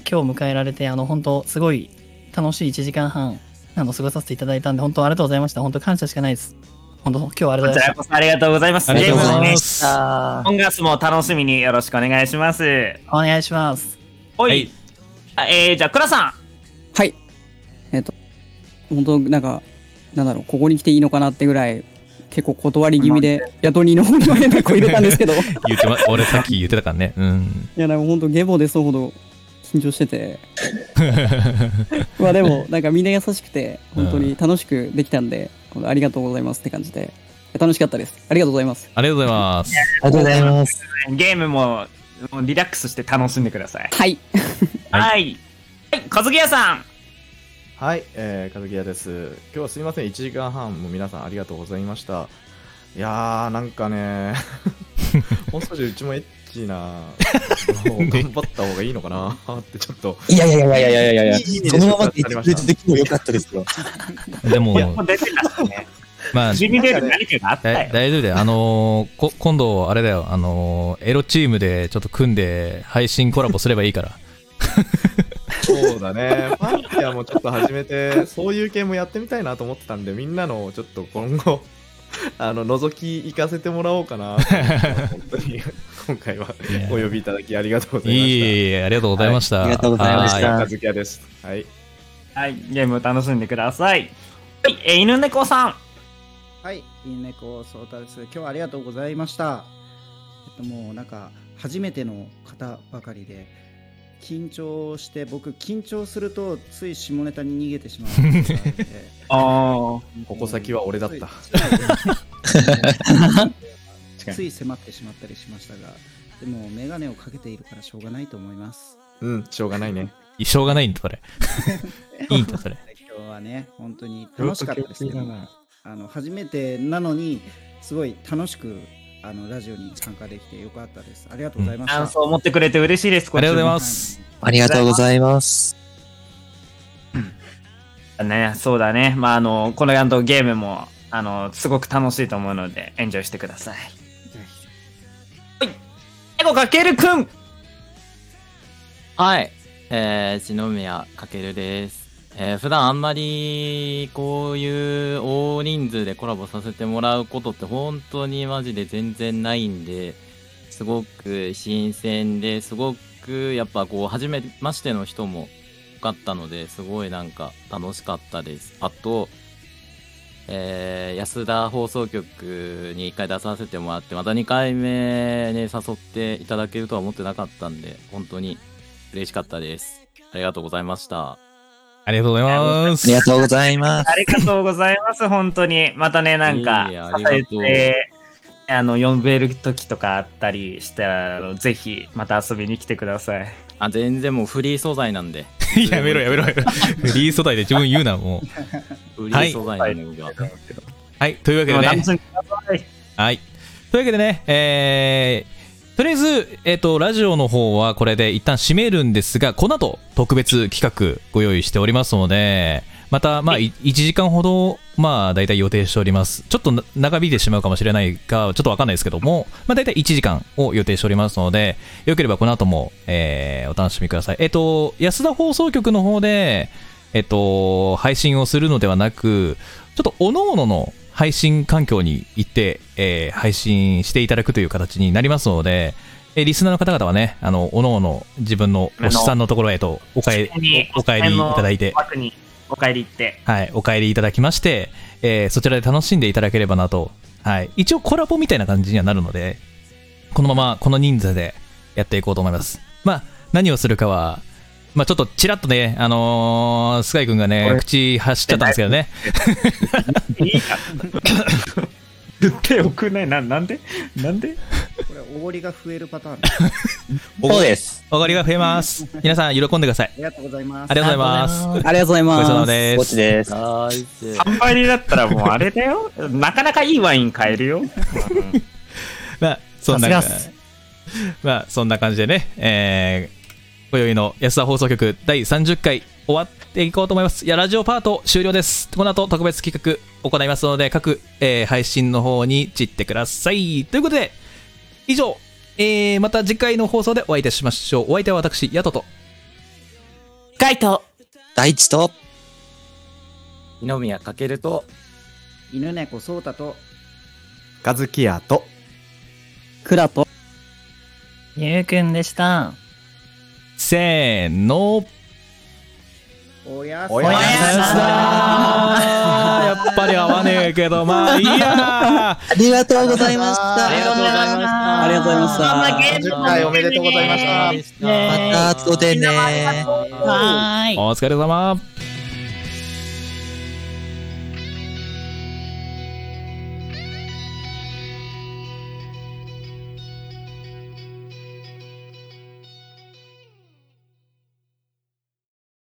S8: 今日迎えられて、あの本当すごい楽しい1時間半、あの過ごさせていただいたんで、本当ありがとうございました。本当感謝しかないです。本当今日はありが
S1: こ
S8: うご
S1: とち
S8: ざい
S1: ら
S8: ま
S1: こそありがとうございます。
S2: ありがとうございます
S1: ゲームはねコンガスも楽しみによろしくお願いします。
S8: した。お願いします。
S1: おい。あえー、じゃあ、倉さん。
S7: はい。えっ、と、本当なんか、なんだろう、ここに来ていいのかなってぐらい、結構断り気味で、雇人の方にも連絡を入れたんですけど、い
S2: 言ってま俺さっき言ってたからねうん
S7: や、なんか本当ゲボ出そうほど緊張してて、 まあでも、なんかみんな優しくて、本当に楽しくできたんで、本当ありがとうございますって感じで、楽しかったです。ありがとうございます。
S2: ありがとうございます
S3: ありがとうございます。
S1: ゲームももうリラックスして楽しんでください。
S7: はい。
S1: はい。はい、かずきやさん。
S9: はい、えー、かずきやです。今日はすいません、1時間半も皆さんありがとうございました。いやー、なんかね、もう少しうちもエッチな、頑張った方がいいのかなってちょっと。
S3: いやいやいやいやいやいやいや
S9: いい意味で
S3: そのままで
S9: 紹介されました
S3: できもよかったですよ。
S2: で も
S1: もう出てたしね。
S2: まあ
S1: ジミレール何かがあった
S2: だ
S1: よ。
S2: 大丈夫だよ。あのーこ、今度、あれだよ。あのーエロチームでちょっと組んで、配信コラボすればいいから。
S9: そうだね、パンティアもちょっと始めて、そういう系もやってみたいなと思ってたんで、みんなのちょっと今後、 あの覗き行かせてもらおうかなと思って、本当に今回はお呼びいただきありがとうござ
S2: い
S9: いま
S2: え
S9: した。
S2: いえいえ、ありがとうございました。
S3: はいありがとうございました
S2: は
S9: かずきやです。はい。
S1: はい、ゲーム楽しんでください。はい、えー、犬猫さん。
S5: はい、犬猫そうたです。今日はありがとうございました。えっと、もうなんか、初めての方ばかりで、緊張して、僕、緊張すると、つい下ネタに逃げてしまうことがあって。
S1: あこ
S9: こ先は俺だった。
S5: ついつい迫ってしまったりしましたが、でも、眼鏡をかけているからしょうがないと思います。
S9: うん、しょうがないね。
S2: い。しょうがないんだ、それ。いいんだ、それ。
S5: 今日はね、本当に楽しかったですけど、あの初めてなのに、すごい楽しくあのラジオに参加できてよかったです。ありがとうございました。
S1: 感想を持ってくれて嬉しいです。
S2: ありがとうござい
S1: こ
S2: ま
S1: っちも
S2: す。
S3: ありがとうございます。
S1: ね、そうだね。まあ、あの、このやんとゲームも、あの、すごく楽しいと思うので、エンジョイしてください。はい。最後、かけるくん
S6: はい。えー、篠宮かけるです。えー、普段あんまり、こういう大人数でコラボさせてもらうことって本当にマジで全然ないんで、すごく新鮮で、すごくやっぱこう、初めましての人も多かったので、すごいなんか楽しかったです。あと、えー、安田放送局に1回出させてもらって、また2回目ね、誘っていただけるとは思ってなかったんで、本当に嬉しかったです。ありがとうございました。
S2: ありがとうございま
S3: ありが
S2: す。
S3: とうございます。
S1: ありがとうございます、本当に。またね、なんか
S6: いえいえあ、りが
S1: 支
S6: とう
S1: えて、あの、呼べる時とかあったりしたら、ぜひ、また遊びに来てください。
S6: あ、全然もうフリー素材 なんで。
S2: やめろ、やめろ、やめ ろ。リー素材で自分言うな、もう。
S6: フリー素材なんで、僕は。
S2: はい、というわ
S1: で
S2: けで
S1: も
S2: ね
S1: 楽。しんでください。
S2: はい。というわけでね、えー、とりあえず、えっ、と、ラジオの方はこれで一旦締めるんですが、この後、特別企画ご用意しておりますので、また、まあ、い1時間ほど、まあ、大体予定しております。ちょっとな長引いてしまうかもしれないが、ちょっとわかんないですけども、まあ、大体1時間を予定しておりますので、よければこの後も、えーお楽しみください。えっと、安田放送局の方で、えっと、配信をするのではなく、ちょっと、各々の配信環境に行って、えー配信していただくという形になりますので、えーリスナーの方々はね、あの、各々自分のお師さんのところへとお帰り、おお帰りいただいて、
S1: 枠にお帰り行って。
S2: はい、お帰りいただきまして、えーそちらで楽しんでいただければなと、はい、一応コラボみたいな感じにはなるので、このままこの人数でやっていこうと思います。まあ、何をするかは、まあちょっとちらっとね、あのースカイ君がね、口走っちゃったんですけどね、
S4: 言ってよくないななんでなんで
S5: これ、おごりが増えるパターン。
S3: そうです。
S2: おかりが増えます。皆さん、喜んでください
S5: あ。りがとうございます
S2: あ。りがとうございます。
S7: ありがとうござい
S2: ごちそうさ
S7: ま。
S2: ますで
S3: ぼっ
S2: す
S3: ち。です。
S6: ナイス
S4: 3倍になったらもうあれだよなかなかいいワイン買えるよ
S2: まあ、そんな
S1: さす
S2: まあ、そんな感じでね、えー、今宵の安田放送局第30回終わっていこうと思います。いや、ラジオパート終了です。この後特別企画行いますので、各、えー配信の方に散ってください。ということで、以上、えー、また次回の放送でお会いいたしましょう。お相手は私、ヤトと。
S10: カイト
S3: 大地と、
S6: 二宮かけると
S5: 犬猫そうたと、
S9: カズキヤと
S7: クラと、
S8: ゆうくんでした。
S2: せーの。
S5: おやす
S9: おやすみ
S2: 安田やっぱり合わ ねえけど、ま あいいや。
S3: ありがとうございまし
S10: ありがとうございました。
S7: ありがとうございました
S9: 30回おめでとうございました
S3: た。また後でね。
S8: はーい。
S2: お疲れ様。